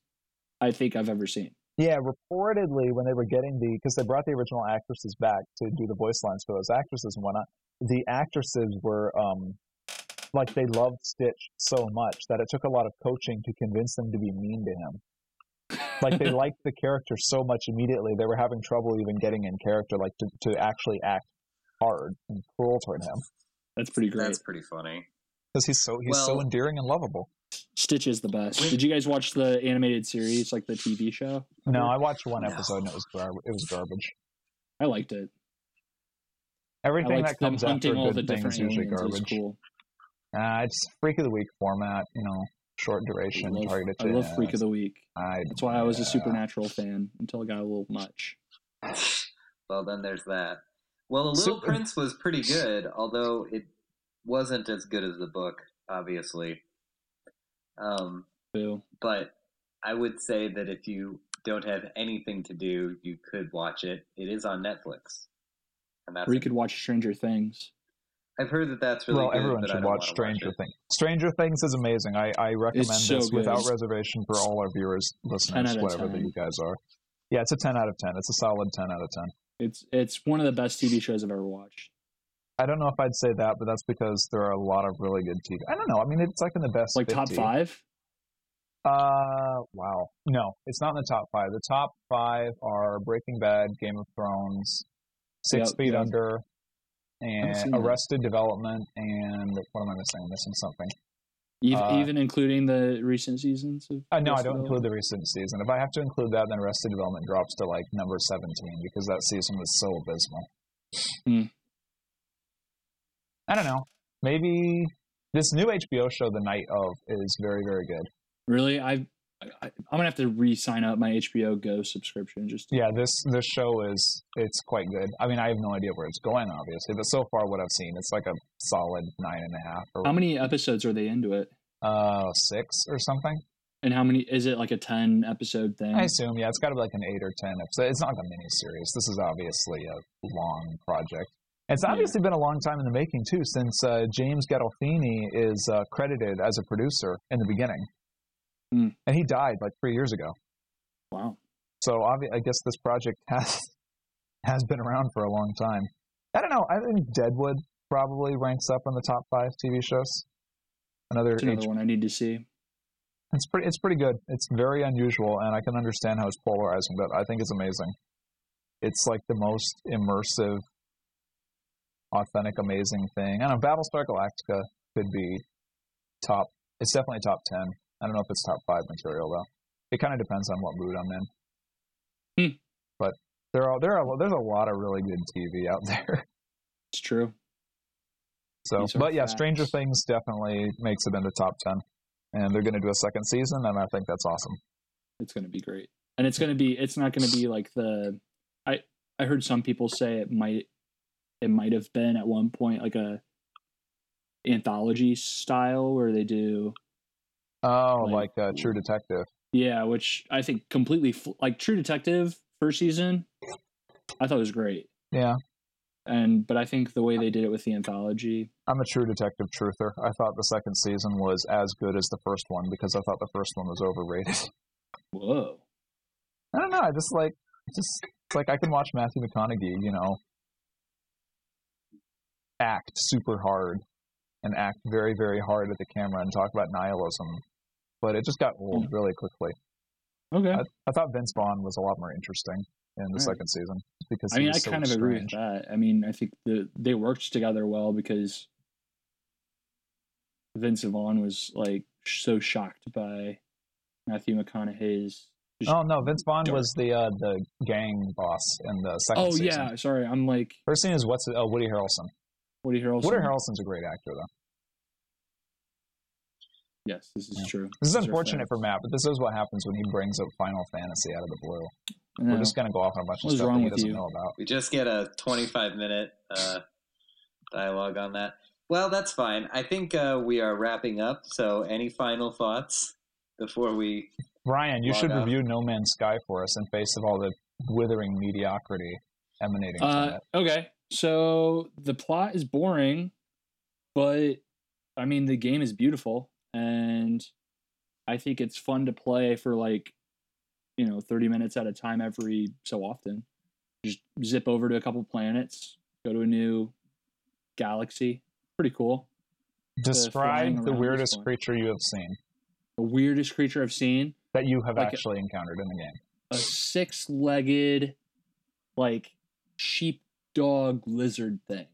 [SPEAKER 6] I think I've ever seen.
[SPEAKER 7] Yeah, reportedly when they were getting the because they brought the original actresses back to do the voice lines for those actresses and whatnot. The actresses were um like they loved Stitch so much that it took a lot of coaching to convince them to be mean to him. Like they liked the character so much immediately they were having trouble even getting in character, like to, to actually act hard and cruel toward him
[SPEAKER 6] That's pretty Mm, great.
[SPEAKER 3] That's pretty funny.
[SPEAKER 7] because he's so he's so
[SPEAKER 3] Well-
[SPEAKER 7] endearing and lovable.
[SPEAKER 6] Stitch is the best.
[SPEAKER 3] Wait.
[SPEAKER 6] Did you guys watch the animated series, like the TV show?
[SPEAKER 7] No, I watched one
[SPEAKER 3] No.
[SPEAKER 7] episode and it was gar- it was garbage.
[SPEAKER 6] I liked it. I
[SPEAKER 7] Everything
[SPEAKER 6] liked
[SPEAKER 7] that comes
[SPEAKER 6] them
[SPEAKER 7] after
[SPEAKER 6] hunting all
[SPEAKER 7] good
[SPEAKER 6] the
[SPEAKER 7] thing is
[SPEAKER 6] different
[SPEAKER 7] usually
[SPEAKER 6] aliens. It was
[SPEAKER 7] garbage.
[SPEAKER 6] cool.
[SPEAKER 7] Uh, it's freak of the week format, you know, short
[SPEAKER 6] I
[SPEAKER 7] duration,
[SPEAKER 6] love,
[SPEAKER 7] targeted.
[SPEAKER 6] I love Freak of the Week.
[SPEAKER 7] I,
[SPEAKER 6] That's why I was a Supernatural fan until it got a little much.
[SPEAKER 3] Well, then there's that. Well, The Little
[SPEAKER 7] Super-
[SPEAKER 3] Prince was pretty good, although it wasn't as good as the book, obviously. Um,
[SPEAKER 6] Boo.
[SPEAKER 3] but I would say that if you don't have anything to do, you could watch it. It is on Netflix, and that's.
[SPEAKER 6] Or you could watch Stranger Things.
[SPEAKER 3] I've heard that that's really
[SPEAKER 7] well,
[SPEAKER 3] good,
[SPEAKER 7] everyone
[SPEAKER 3] but I
[SPEAKER 7] should
[SPEAKER 3] don't
[SPEAKER 7] watch
[SPEAKER 3] wanna
[SPEAKER 7] Stranger
[SPEAKER 3] watch it.
[SPEAKER 7] Things. Stranger Things is amazing. I, I recommend
[SPEAKER 6] so
[SPEAKER 7] this
[SPEAKER 6] good.
[SPEAKER 7] without reservation for all our viewers,
[SPEAKER 6] 10
[SPEAKER 7] listeners,
[SPEAKER 6] out of
[SPEAKER 7] whatever that
[SPEAKER 6] 10.
[SPEAKER 7] you guys are. Yeah, it's a 10 out of 10. It's a solid 10 out of 10.
[SPEAKER 6] It's it's one of the best TV shows I've ever watched.
[SPEAKER 7] I don't know if I'd say that, but that's because there are a lot of really good TV. I don't know. I mean, it's like in the best
[SPEAKER 6] Like top
[SPEAKER 7] 50.
[SPEAKER 6] five.
[SPEAKER 7] Uh, wow. No, it's not in the top five. The top five are Breaking Bad, Game of Thrones, Six
[SPEAKER 6] Yeah,
[SPEAKER 7] Feet
[SPEAKER 6] yeah.
[SPEAKER 7] Under,
[SPEAKER 6] seen
[SPEAKER 7] and
[SPEAKER 6] that.
[SPEAKER 7] Arrested Development, and what am I missing? I'm missing something.
[SPEAKER 6] Even,
[SPEAKER 7] Uh,
[SPEAKER 6] even including the recent seasons of
[SPEAKER 7] Uh, no, I
[SPEAKER 6] Arrested
[SPEAKER 7] don't include
[SPEAKER 6] Development?
[SPEAKER 7] the recent season. If I have to include that, then Arrested Development drops to like number 17 because that season was so abysmal.
[SPEAKER 6] Hmm.
[SPEAKER 7] I don't know. Maybe this new HBO show, The Night of, is very, very good.
[SPEAKER 6] Really, I I, I'm gonna have to re-sign up my HBO Go subscription. Just
[SPEAKER 7] Yeah, this this show is it's quite good. I mean, I have no idea where it's going, obviously, but so far what I've seen, it's like a solid nine and a half or
[SPEAKER 6] how many episodes are they into it?
[SPEAKER 7] uh six or something.
[SPEAKER 6] And how many is it like a ten episode thing?
[SPEAKER 7] I assume, yeah, it's got to be like an eight or ten episode. It's not a mini series. This is obviously a long project. It's
[SPEAKER 6] Yeah.
[SPEAKER 7] obviously been a long time in the making too, since uh, James Gandolfini is uh, credited as a producer in the beginning,
[SPEAKER 6] Hmm.
[SPEAKER 7] and he died like three years ago.
[SPEAKER 6] Wow.
[SPEAKER 7] So obvi- I guess this project has has been around for a long time. I don't know. I think Deadwood probably ranks up on the top five TV shows. Another,
[SPEAKER 6] That's another
[SPEAKER 7] H-
[SPEAKER 6] one I need to see.
[SPEAKER 7] it's pretty it's pretty good. It's very unusual, and I can understand how it's polarizing, but I think it's amazing. It's like the most immersive, authentic, amazing thing. I don't know. Battlestar Galactica could be top. It's definitely top ten. I don't know if it's top five material though. It kind of depends on what mood I'm in.
[SPEAKER 6] Hmm.
[SPEAKER 7] But there are there are there's a lot of really good TV out there.
[SPEAKER 6] It's true.
[SPEAKER 7] So,
[SPEAKER 6] These are
[SPEAKER 7] but yeah, Stranger
[SPEAKER 6] facts.
[SPEAKER 7] Things definitely makes it into top ten, and they're going to do a second season, and I think that's awesome.
[SPEAKER 6] It's gonna be great. And it's gonna be it's not gonna be like the I I heard some people say it might it might have been at one point like a anthology style where they do
[SPEAKER 7] Oh, like,
[SPEAKER 6] Like-
[SPEAKER 7] uh, True Detective.
[SPEAKER 6] yeah, which I think completely fl- like True Detective first season I thought was great.
[SPEAKER 7] Yeah,
[SPEAKER 6] And but I think the way they did it with the anthology
[SPEAKER 7] I'm a True Detective truther. I thought the second season was as good as the first one because I thought the first one was overrated.
[SPEAKER 6] whoa.
[SPEAKER 7] I don't know. I just like just it's like I can watch Matthew McConaughey, you know, act super hard and act very very hard at the camera and talk about nihilism, but it just got old
[SPEAKER 6] Hmm.
[SPEAKER 7] really quickly.
[SPEAKER 6] Okay.
[SPEAKER 7] I, I thought Vince Vaughn was a lot more interesting in the
[SPEAKER 6] Right.
[SPEAKER 7] second season because
[SPEAKER 6] Hmm. I
[SPEAKER 7] he
[SPEAKER 6] mean, I
[SPEAKER 7] was so
[SPEAKER 6] kind of
[SPEAKER 7] strange.
[SPEAKER 6] agree with that. I mean, I think the they worked together well because Vince Vaughn was like sh- so shocked by Matthew McConaughey's.
[SPEAKER 7] Oh no, Vince Vaughn
[SPEAKER 6] Dark.
[SPEAKER 7] was the uh, the gang boss in the second
[SPEAKER 6] Oh
[SPEAKER 7] season.
[SPEAKER 6] yeah, sorry. I'm like
[SPEAKER 7] First scene is what's oh Woody Harrelson.
[SPEAKER 6] Woody Harrelson.
[SPEAKER 7] Woody Harrelson's a great actor though.
[SPEAKER 6] Yes, this is
[SPEAKER 7] Yeah.
[SPEAKER 6] true.
[SPEAKER 7] This is
[SPEAKER 6] These are
[SPEAKER 7] unfortunate for
[SPEAKER 6] facts.
[SPEAKER 7] Matt, but this is what happens when he brings up Final Fantasy out of the blue.
[SPEAKER 6] I know.
[SPEAKER 7] We're just gonna go off on a bunch of
[SPEAKER 6] What is
[SPEAKER 7] stuff
[SPEAKER 6] wrong
[SPEAKER 7] that he
[SPEAKER 6] with
[SPEAKER 7] doesn't
[SPEAKER 6] you?
[SPEAKER 7] know about.
[SPEAKER 3] We just get a 25 minute uh, dialogue on that. Well, that's fine. I think uh, we are wrapping up. So, any final thoughts before we?
[SPEAKER 7] Brian, you
[SPEAKER 3] Log
[SPEAKER 7] should
[SPEAKER 3] out.
[SPEAKER 7] review No Man's Sky for us in face of all the withering mediocrity emanating from
[SPEAKER 6] Uh,
[SPEAKER 7] it.
[SPEAKER 6] okay, so the plot is boring, but I mean the game is beautiful, and I think it's fun to play for like you know thirty minutes at a time every so often. Just zip over to a couple planets, go to a new galaxy. Pretty cool. flying
[SPEAKER 7] Describe the
[SPEAKER 6] around is
[SPEAKER 7] weirdest
[SPEAKER 6] fun.
[SPEAKER 7] creature you have seen
[SPEAKER 6] The weirdest creature I've seen.
[SPEAKER 7] that you have
[SPEAKER 6] Like a-
[SPEAKER 7] actually encountered in the game.
[SPEAKER 6] a six-legged, like sheepdog lizard thing.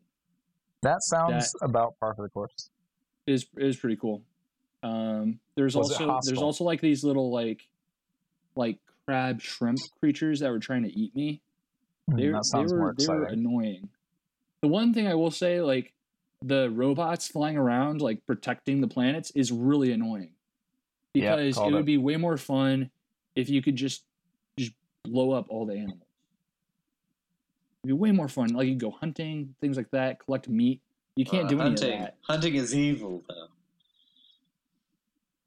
[SPEAKER 7] That sounds about par for the course.
[SPEAKER 6] is is pretty cool. Um, there's
[SPEAKER 7] Was it
[SPEAKER 6] also there's
[SPEAKER 7] hostile?
[SPEAKER 6] also like these little like like crab shrimp creatures that were trying to eat me.
[SPEAKER 7] Hmm,
[SPEAKER 6] They,
[SPEAKER 7] that
[SPEAKER 6] they
[SPEAKER 7] sounds more
[SPEAKER 6] were they
[SPEAKER 7] exciting.
[SPEAKER 6] were annoying. The one thing I will say, like the robots flying around like protecting the planets, is really annoying
[SPEAKER 7] Yeah,
[SPEAKER 6] because it
[SPEAKER 7] called
[SPEAKER 6] would
[SPEAKER 7] it.
[SPEAKER 6] be way more fun if you could just just blow up all the animals. It'd be way more fun. Like you go hunting, things like that, collect meat. You can't
[SPEAKER 3] uh,
[SPEAKER 6] do any
[SPEAKER 3] hunting.
[SPEAKER 6] of that.
[SPEAKER 3] Hunting is evil, though.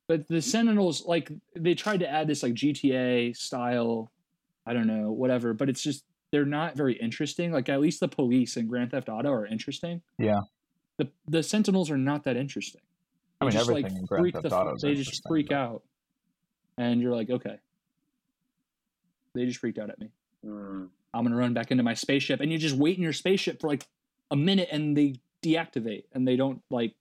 [SPEAKER 6] but the Sentinels, like they tried to add this like GTA style, I don't know, whatever. But it's just they're not very interesting. Like at least the police in Grand Theft Auto are interesting.
[SPEAKER 7] Yeah.
[SPEAKER 6] The the Sentinels are not that interesting.
[SPEAKER 7] I
[SPEAKER 6] They
[SPEAKER 7] mean,
[SPEAKER 6] just, like,
[SPEAKER 7] everything in Grand
[SPEAKER 6] freak
[SPEAKER 7] Theft
[SPEAKER 6] the f-
[SPEAKER 7] Auto is
[SPEAKER 6] They just
[SPEAKER 7] interesting,
[SPEAKER 6] freak
[SPEAKER 7] but-
[SPEAKER 6] out, and you're like, okay. They just freaked out at me.
[SPEAKER 3] Hmm.
[SPEAKER 6] I'm gonna run back into my spaceship, and you just wait in your spaceship for like a minute, and they deactivate, and they don't like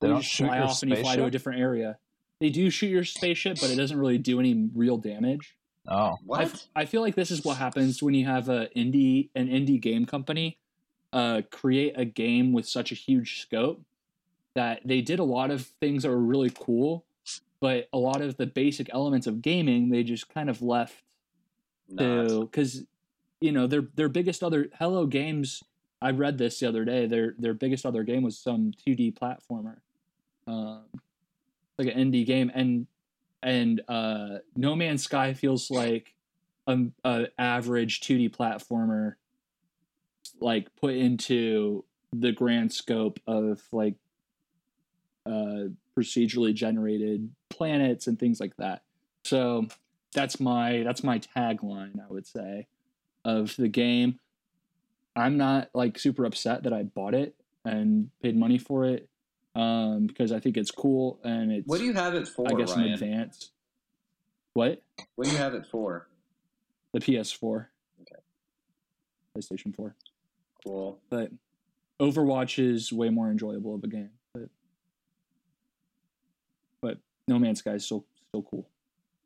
[SPEAKER 7] They
[SPEAKER 6] you
[SPEAKER 7] don't
[SPEAKER 6] just
[SPEAKER 7] shoot
[SPEAKER 6] fly
[SPEAKER 7] your
[SPEAKER 6] off and you fly to a
[SPEAKER 7] spaceship?
[SPEAKER 6] different area. They do shoot your spaceship, but it doesn't really do any real damage.
[SPEAKER 7] Oh,
[SPEAKER 6] I,
[SPEAKER 3] What?
[SPEAKER 6] f- I feel like this is what happens when you have a indie an indie game company uh, create a game with such a huge scope that they did a lot of things that were really cool, but a lot of the basic elements of gaming they just kind of left
[SPEAKER 3] Not.
[SPEAKER 6] to because you know their their biggest other Hello Games. I read this the other day. Their their biggest other game was some 2D platformer, um, like an indie game, and and uh, No Man's Sky feels like an a average 2D platformer, like put into the grand scope of like uh, procedurally generated planets and things like that. So that's my that's my tagline, I would say, of the game. I'm not like super upset that I bought it and paid money for it um, because I think it's cool and it's
[SPEAKER 3] What do you have it for,
[SPEAKER 6] I guess in
[SPEAKER 3] Ryan?
[SPEAKER 6] advance. What
[SPEAKER 3] What do you have it for?
[SPEAKER 6] the PS4, PlayStation 4,
[SPEAKER 3] Cool.
[SPEAKER 6] but Overwatch is way more enjoyable of a game. But but No Man's Sky is still still cool.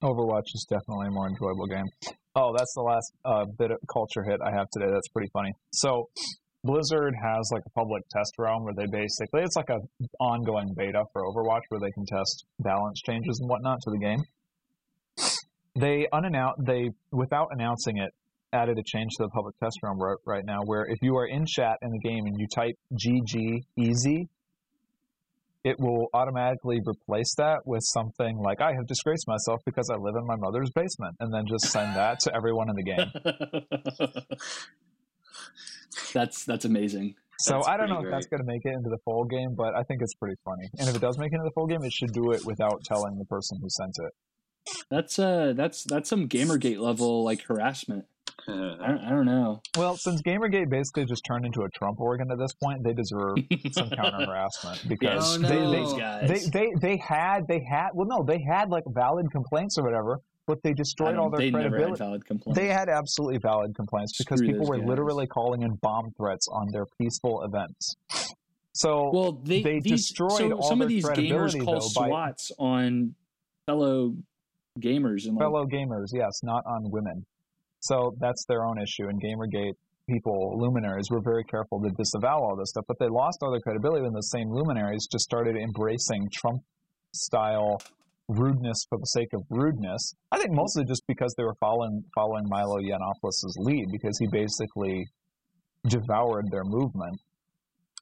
[SPEAKER 7] Oh. Overwatch is definitely a more enjoyable game. Oh, that's the last uh, bit of culture hit I have today. That's pretty funny. So, Blizzard has like a public test realm where they basically it's like a ongoing beta for Overwatch where they can test balance changes and whatnot to the game. They unannounced they without announcing it added a change to the public test realm right, right now where if you are in chat in the game and you type GG easy it will automatically replace that with something like I have disgraced myself because I live in my mother's basement and then just send that to everyone in the game.
[SPEAKER 6] that's that's amazing.
[SPEAKER 7] So
[SPEAKER 3] That's
[SPEAKER 7] I don't know
[SPEAKER 3] pretty
[SPEAKER 7] if that's
[SPEAKER 3] great.
[SPEAKER 7] going to make it into the full game, but I think it's pretty funny. And if it does make it into the full game, it should do it without telling the person who sent it.
[SPEAKER 6] That's uh that's that's some GamerGate level like harassment. I don't, I don't know.
[SPEAKER 7] Well, since Gamergate basically just turned into a Trump organ at this point, they deserve some counter harassment because
[SPEAKER 3] Oh,
[SPEAKER 7] they,
[SPEAKER 3] no.
[SPEAKER 7] they
[SPEAKER 6] these
[SPEAKER 7] they
[SPEAKER 6] guys.
[SPEAKER 7] they they had they had well no they had like valid complaints or whatever, but they
[SPEAKER 6] I
[SPEAKER 7] destroyed
[SPEAKER 6] don't-
[SPEAKER 7] all their
[SPEAKER 6] they never had
[SPEAKER 7] credibility.
[SPEAKER 6] valid complaints.
[SPEAKER 7] They had absolutely valid complaints because
[SPEAKER 6] Screw
[SPEAKER 7] people
[SPEAKER 6] those
[SPEAKER 7] were
[SPEAKER 6] guys.
[SPEAKER 7] literally calling in bomb threats on their peaceful events. So
[SPEAKER 6] well, they,
[SPEAKER 7] they
[SPEAKER 6] these,
[SPEAKER 7] destroyed
[SPEAKER 6] so
[SPEAKER 7] all
[SPEAKER 6] some
[SPEAKER 7] their
[SPEAKER 6] of these
[SPEAKER 7] credibility,
[SPEAKER 6] gamers call
[SPEAKER 7] though, by-
[SPEAKER 6] swats on fellow gamers and like
[SPEAKER 7] fellow gamers, yes, not on women. So that's their own issue. And Gamergate people, luminaries, were very careful to disavow all this stuff, but they lost all their credibility when those same luminaries just started embracing Trump style rudeness for the sake of rudeness. I think mostly just because they were following following Milo Yiannopoulos' lead because he basically devoured their movement.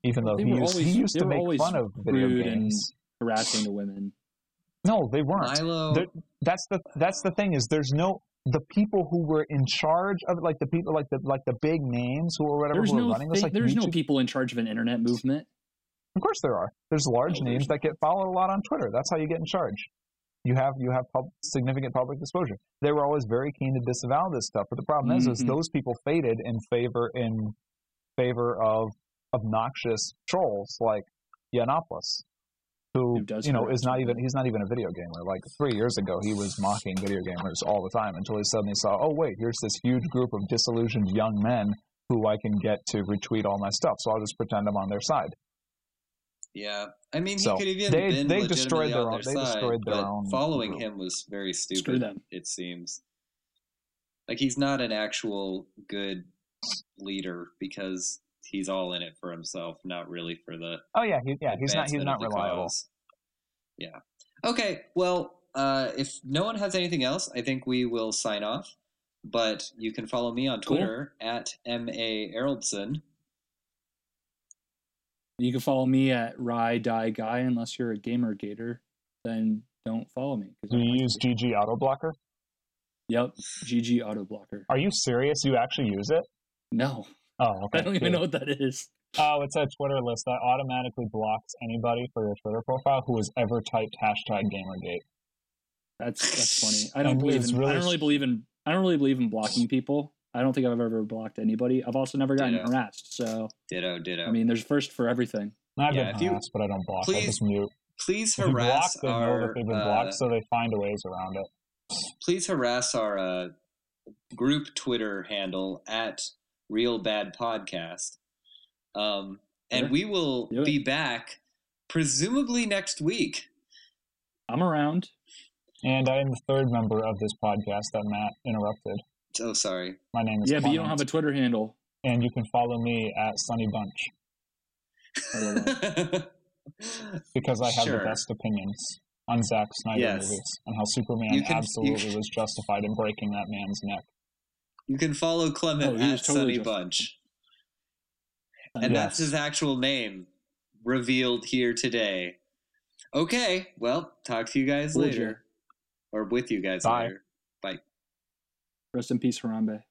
[SPEAKER 7] Even
[SPEAKER 6] Well,
[SPEAKER 7] though
[SPEAKER 6] they
[SPEAKER 7] he
[SPEAKER 6] were
[SPEAKER 7] used,
[SPEAKER 6] always-
[SPEAKER 7] he used
[SPEAKER 6] they
[SPEAKER 7] to
[SPEAKER 6] were
[SPEAKER 7] make
[SPEAKER 6] always
[SPEAKER 7] fun of video
[SPEAKER 6] rude and-
[SPEAKER 7] games.
[SPEAKER 6] harassing the women.
[SPEAKER 7] No, they weren't.
[SPEAKER 3] Milo,
[SPEAKER 7] There- that's the that's the thing is there's no the people who were in charge of it, like the people like the like the big names who or whatever
[SPEAKER 6] There's
[SPEAKER 7] who were
[SPEAKER 6] no
[SPEAKER 7] running this
[SPEAKER 6] thing-
[SPEAKER 7] like
[SPEAKER 6] there's no
[SPEAKER 7] YouTube-
[SPEAKER 6] people in charge of an internet movement.
[SPEAKER 7] of course there are there's large
[SPEAKER 6] No,
[SPEAKER 7] names
[SPEAKER 6] Oh, there's
[SPEAKER 7] that get followed a lot on Twitter that's how you get in charge you have you have pub- significant public exposure they were always very keen to disavow this stuff but the problem is is
[SPEAKER 6] Mhm.
[SPEAKER 7] those people faded in favor in favor of obnoxious trolls like Yiannopoulos who
[SPEAKER 6] Who does
[SPEAKER 7] you know
[SPEAKER 6] harass
[SPEAKER 7] is not even
[SPEAKER 6] women.
[SPEAKER 7] he's not even a video gamer. Like three years ago, he was mocking video gamers all the time until he suddenly saw, oh wait, here's this huge group of disillusioned young men who I can get to retweet all my stuff, so I'll just pretend I'm on their side.
[SPEAKER 3] yeah. I mean, he
[SPEAKER 7] So,
[SPEAKER 3] could have even
[SPEAKER 7] they-
[SPEAKER 3] been
[SPEAKER 7] they
[SPEAKER 3] legitimately
[SPEAKER 7] destroyed their
[SPEAKER 3] on
[SPEAKER 7] own-
[SPEAKER 3] their
[SPEAKER 7] they
[SPEAKER 3] side,
[SPEAKER 7] destroyed their
[SPEAKER 3] but
[SPEAKER 7] own
[SPEAKER 3] following
[SPEAKER 7] group.
[SPEAKER 3] him was very stupid.
[SPEAKER 6] Screw them.
[SPEAKER 3] It seems like he's not an actual good leader because he's all in it for himself, not really for the
[SPEAKER 7] Oh yeah, he, yeah, he's not he's
[SPEAKER 3] advancement
[SPEAKER 7] not
[SPEAKER 3] of the
[SPEAKER 7] reliable.
[SPEAKER 3] cause. Yeah. Okay. Well, uh, if no one has anything else, I think we will sign off. But you can follow me on
[SPEAKER 6] Cool.
[SPEAKER 3] Twitter at m a eraldson.
[SPEAKER 6] You can follow me at Rye Die Guy unless you're a gamer gator, then don't follow me. 'cause I
[SPEAKER 7] Do
[SPEAKER 6] don't
[SPEAKER 7] you
[SPEAKER 6] like
[SPEAKER 7] use
[SPEAKER 6] you.
[SPEAKER 7] GG Auto Blocker?
[SPEAKER 6] Yep, GG auto blocker.
[SPEAKER 7] Are you serious? You actually use it?
[SPEAKER 6] No,
[SPEAKER 7] Oh, okay.
[SPEAKER 6] I don't even know what that is.
[SPEAKER 7] Oh, it's a Twitter list that automatically blocks anybody for your Twitter profile who has ever typed hashtag Gamergate.
[SPEAKER 6] That's that's funny. I don't
[SPEAKER 7] And
[SPEAKER 6] believe
[SPEAKER 7] it's
[SPEAKER 6] in. I
[SPEAKER 7] really
[SPEAKER 6] don't really
[SPEAKER 7] sh-
[SPEAKER 6] believe in. I don't really believe in blocking people. I don't think I've ever blocked anybody. I've also never gotten
[SPEAKER 3] Ditto.
[SPEAKER 6] harassed. So
[SPEAKER 3] Ditto, ditto.
[SPEAKER 6] I mean, there's a first for everything.
[SPEAKER 7] I've
[SPEAKER 3] Yeah,
[SPEAKER 7] been
[SPEAKER 3] if you-
[SPEAKER 7] harassed, but I don't block. I
[SPEAKER 3] please
[SPEAKER 7] just mute.
[SPEAKER 3] please
[SPEAKER 7] If you block,
[SPEAKER 3] harass
[SPEAKER 7] they know that
[SPEAKER 3] our
[SPEAKER 7] they've been
[SPEAKER 3] uh,
[SPEAKER 7] blocked, so they find ways around it.
[SPEAKER 3] please harass our uh, group Twitter handle at Real Bad Podcast, um, and
[SPEAKER 6] Sure.
[SPEAKER 3] we will
[SPEAKER 6] Do it.
[SPEAKER 3] be back presumably next week.
[SPEAKER 6] I'm around.
[SPEAKER 7] And I am the third member of this podcast that Matt interrupted.
[SPEAKER 3] Oh, sorry.
[SPEAKER 7] My name is
[SPEAKER 6] yeah, but you don't have
[SPEAKER 7] Clement,
[SPEAKER 6] a Twitter handle.
[SPEAKER 7] and you can follow me at Sunny Bunch
[SPEAKER 6] I love that.
[SPEAKER 7] because I have
[SPEAKER 3] Sure.
[SPEAKER 7] the best opinions on Zack Snyder
[SPEAKER 3] Yes.
[SPEAKER 7] movies and how Superman
[SPEAKER 3] You can- you
[SPEAKER 7] absolutely
[SPEAKER 3] can-
[SPEAKER 7] was justified in breaking that man's neck.
[SPEAKER 3] you can follow Clement
[SPEAKER 6] Oh, he was
[SPEAKER 3] at
[SPEAKER 6] totally
[SPEAKER 3] Sunny
[SPEAKER 6] just-
[SPEAKER 3] Bunch, and that's
[SPEAKER 7] Yes.
[SPEAKER 3] his actual name revealed here today. Okay, well, talk to you guys
[SPEAKER 6] Told
[SPEAKER 3] later.
[SPEAKER 6] ya.
[SPEAKER 3] or with you guys
[SPEAKER 7] Bye.
[SPEAKER 3] later. Bye.
[SPEAKER 6] Rest in peace, Harambe.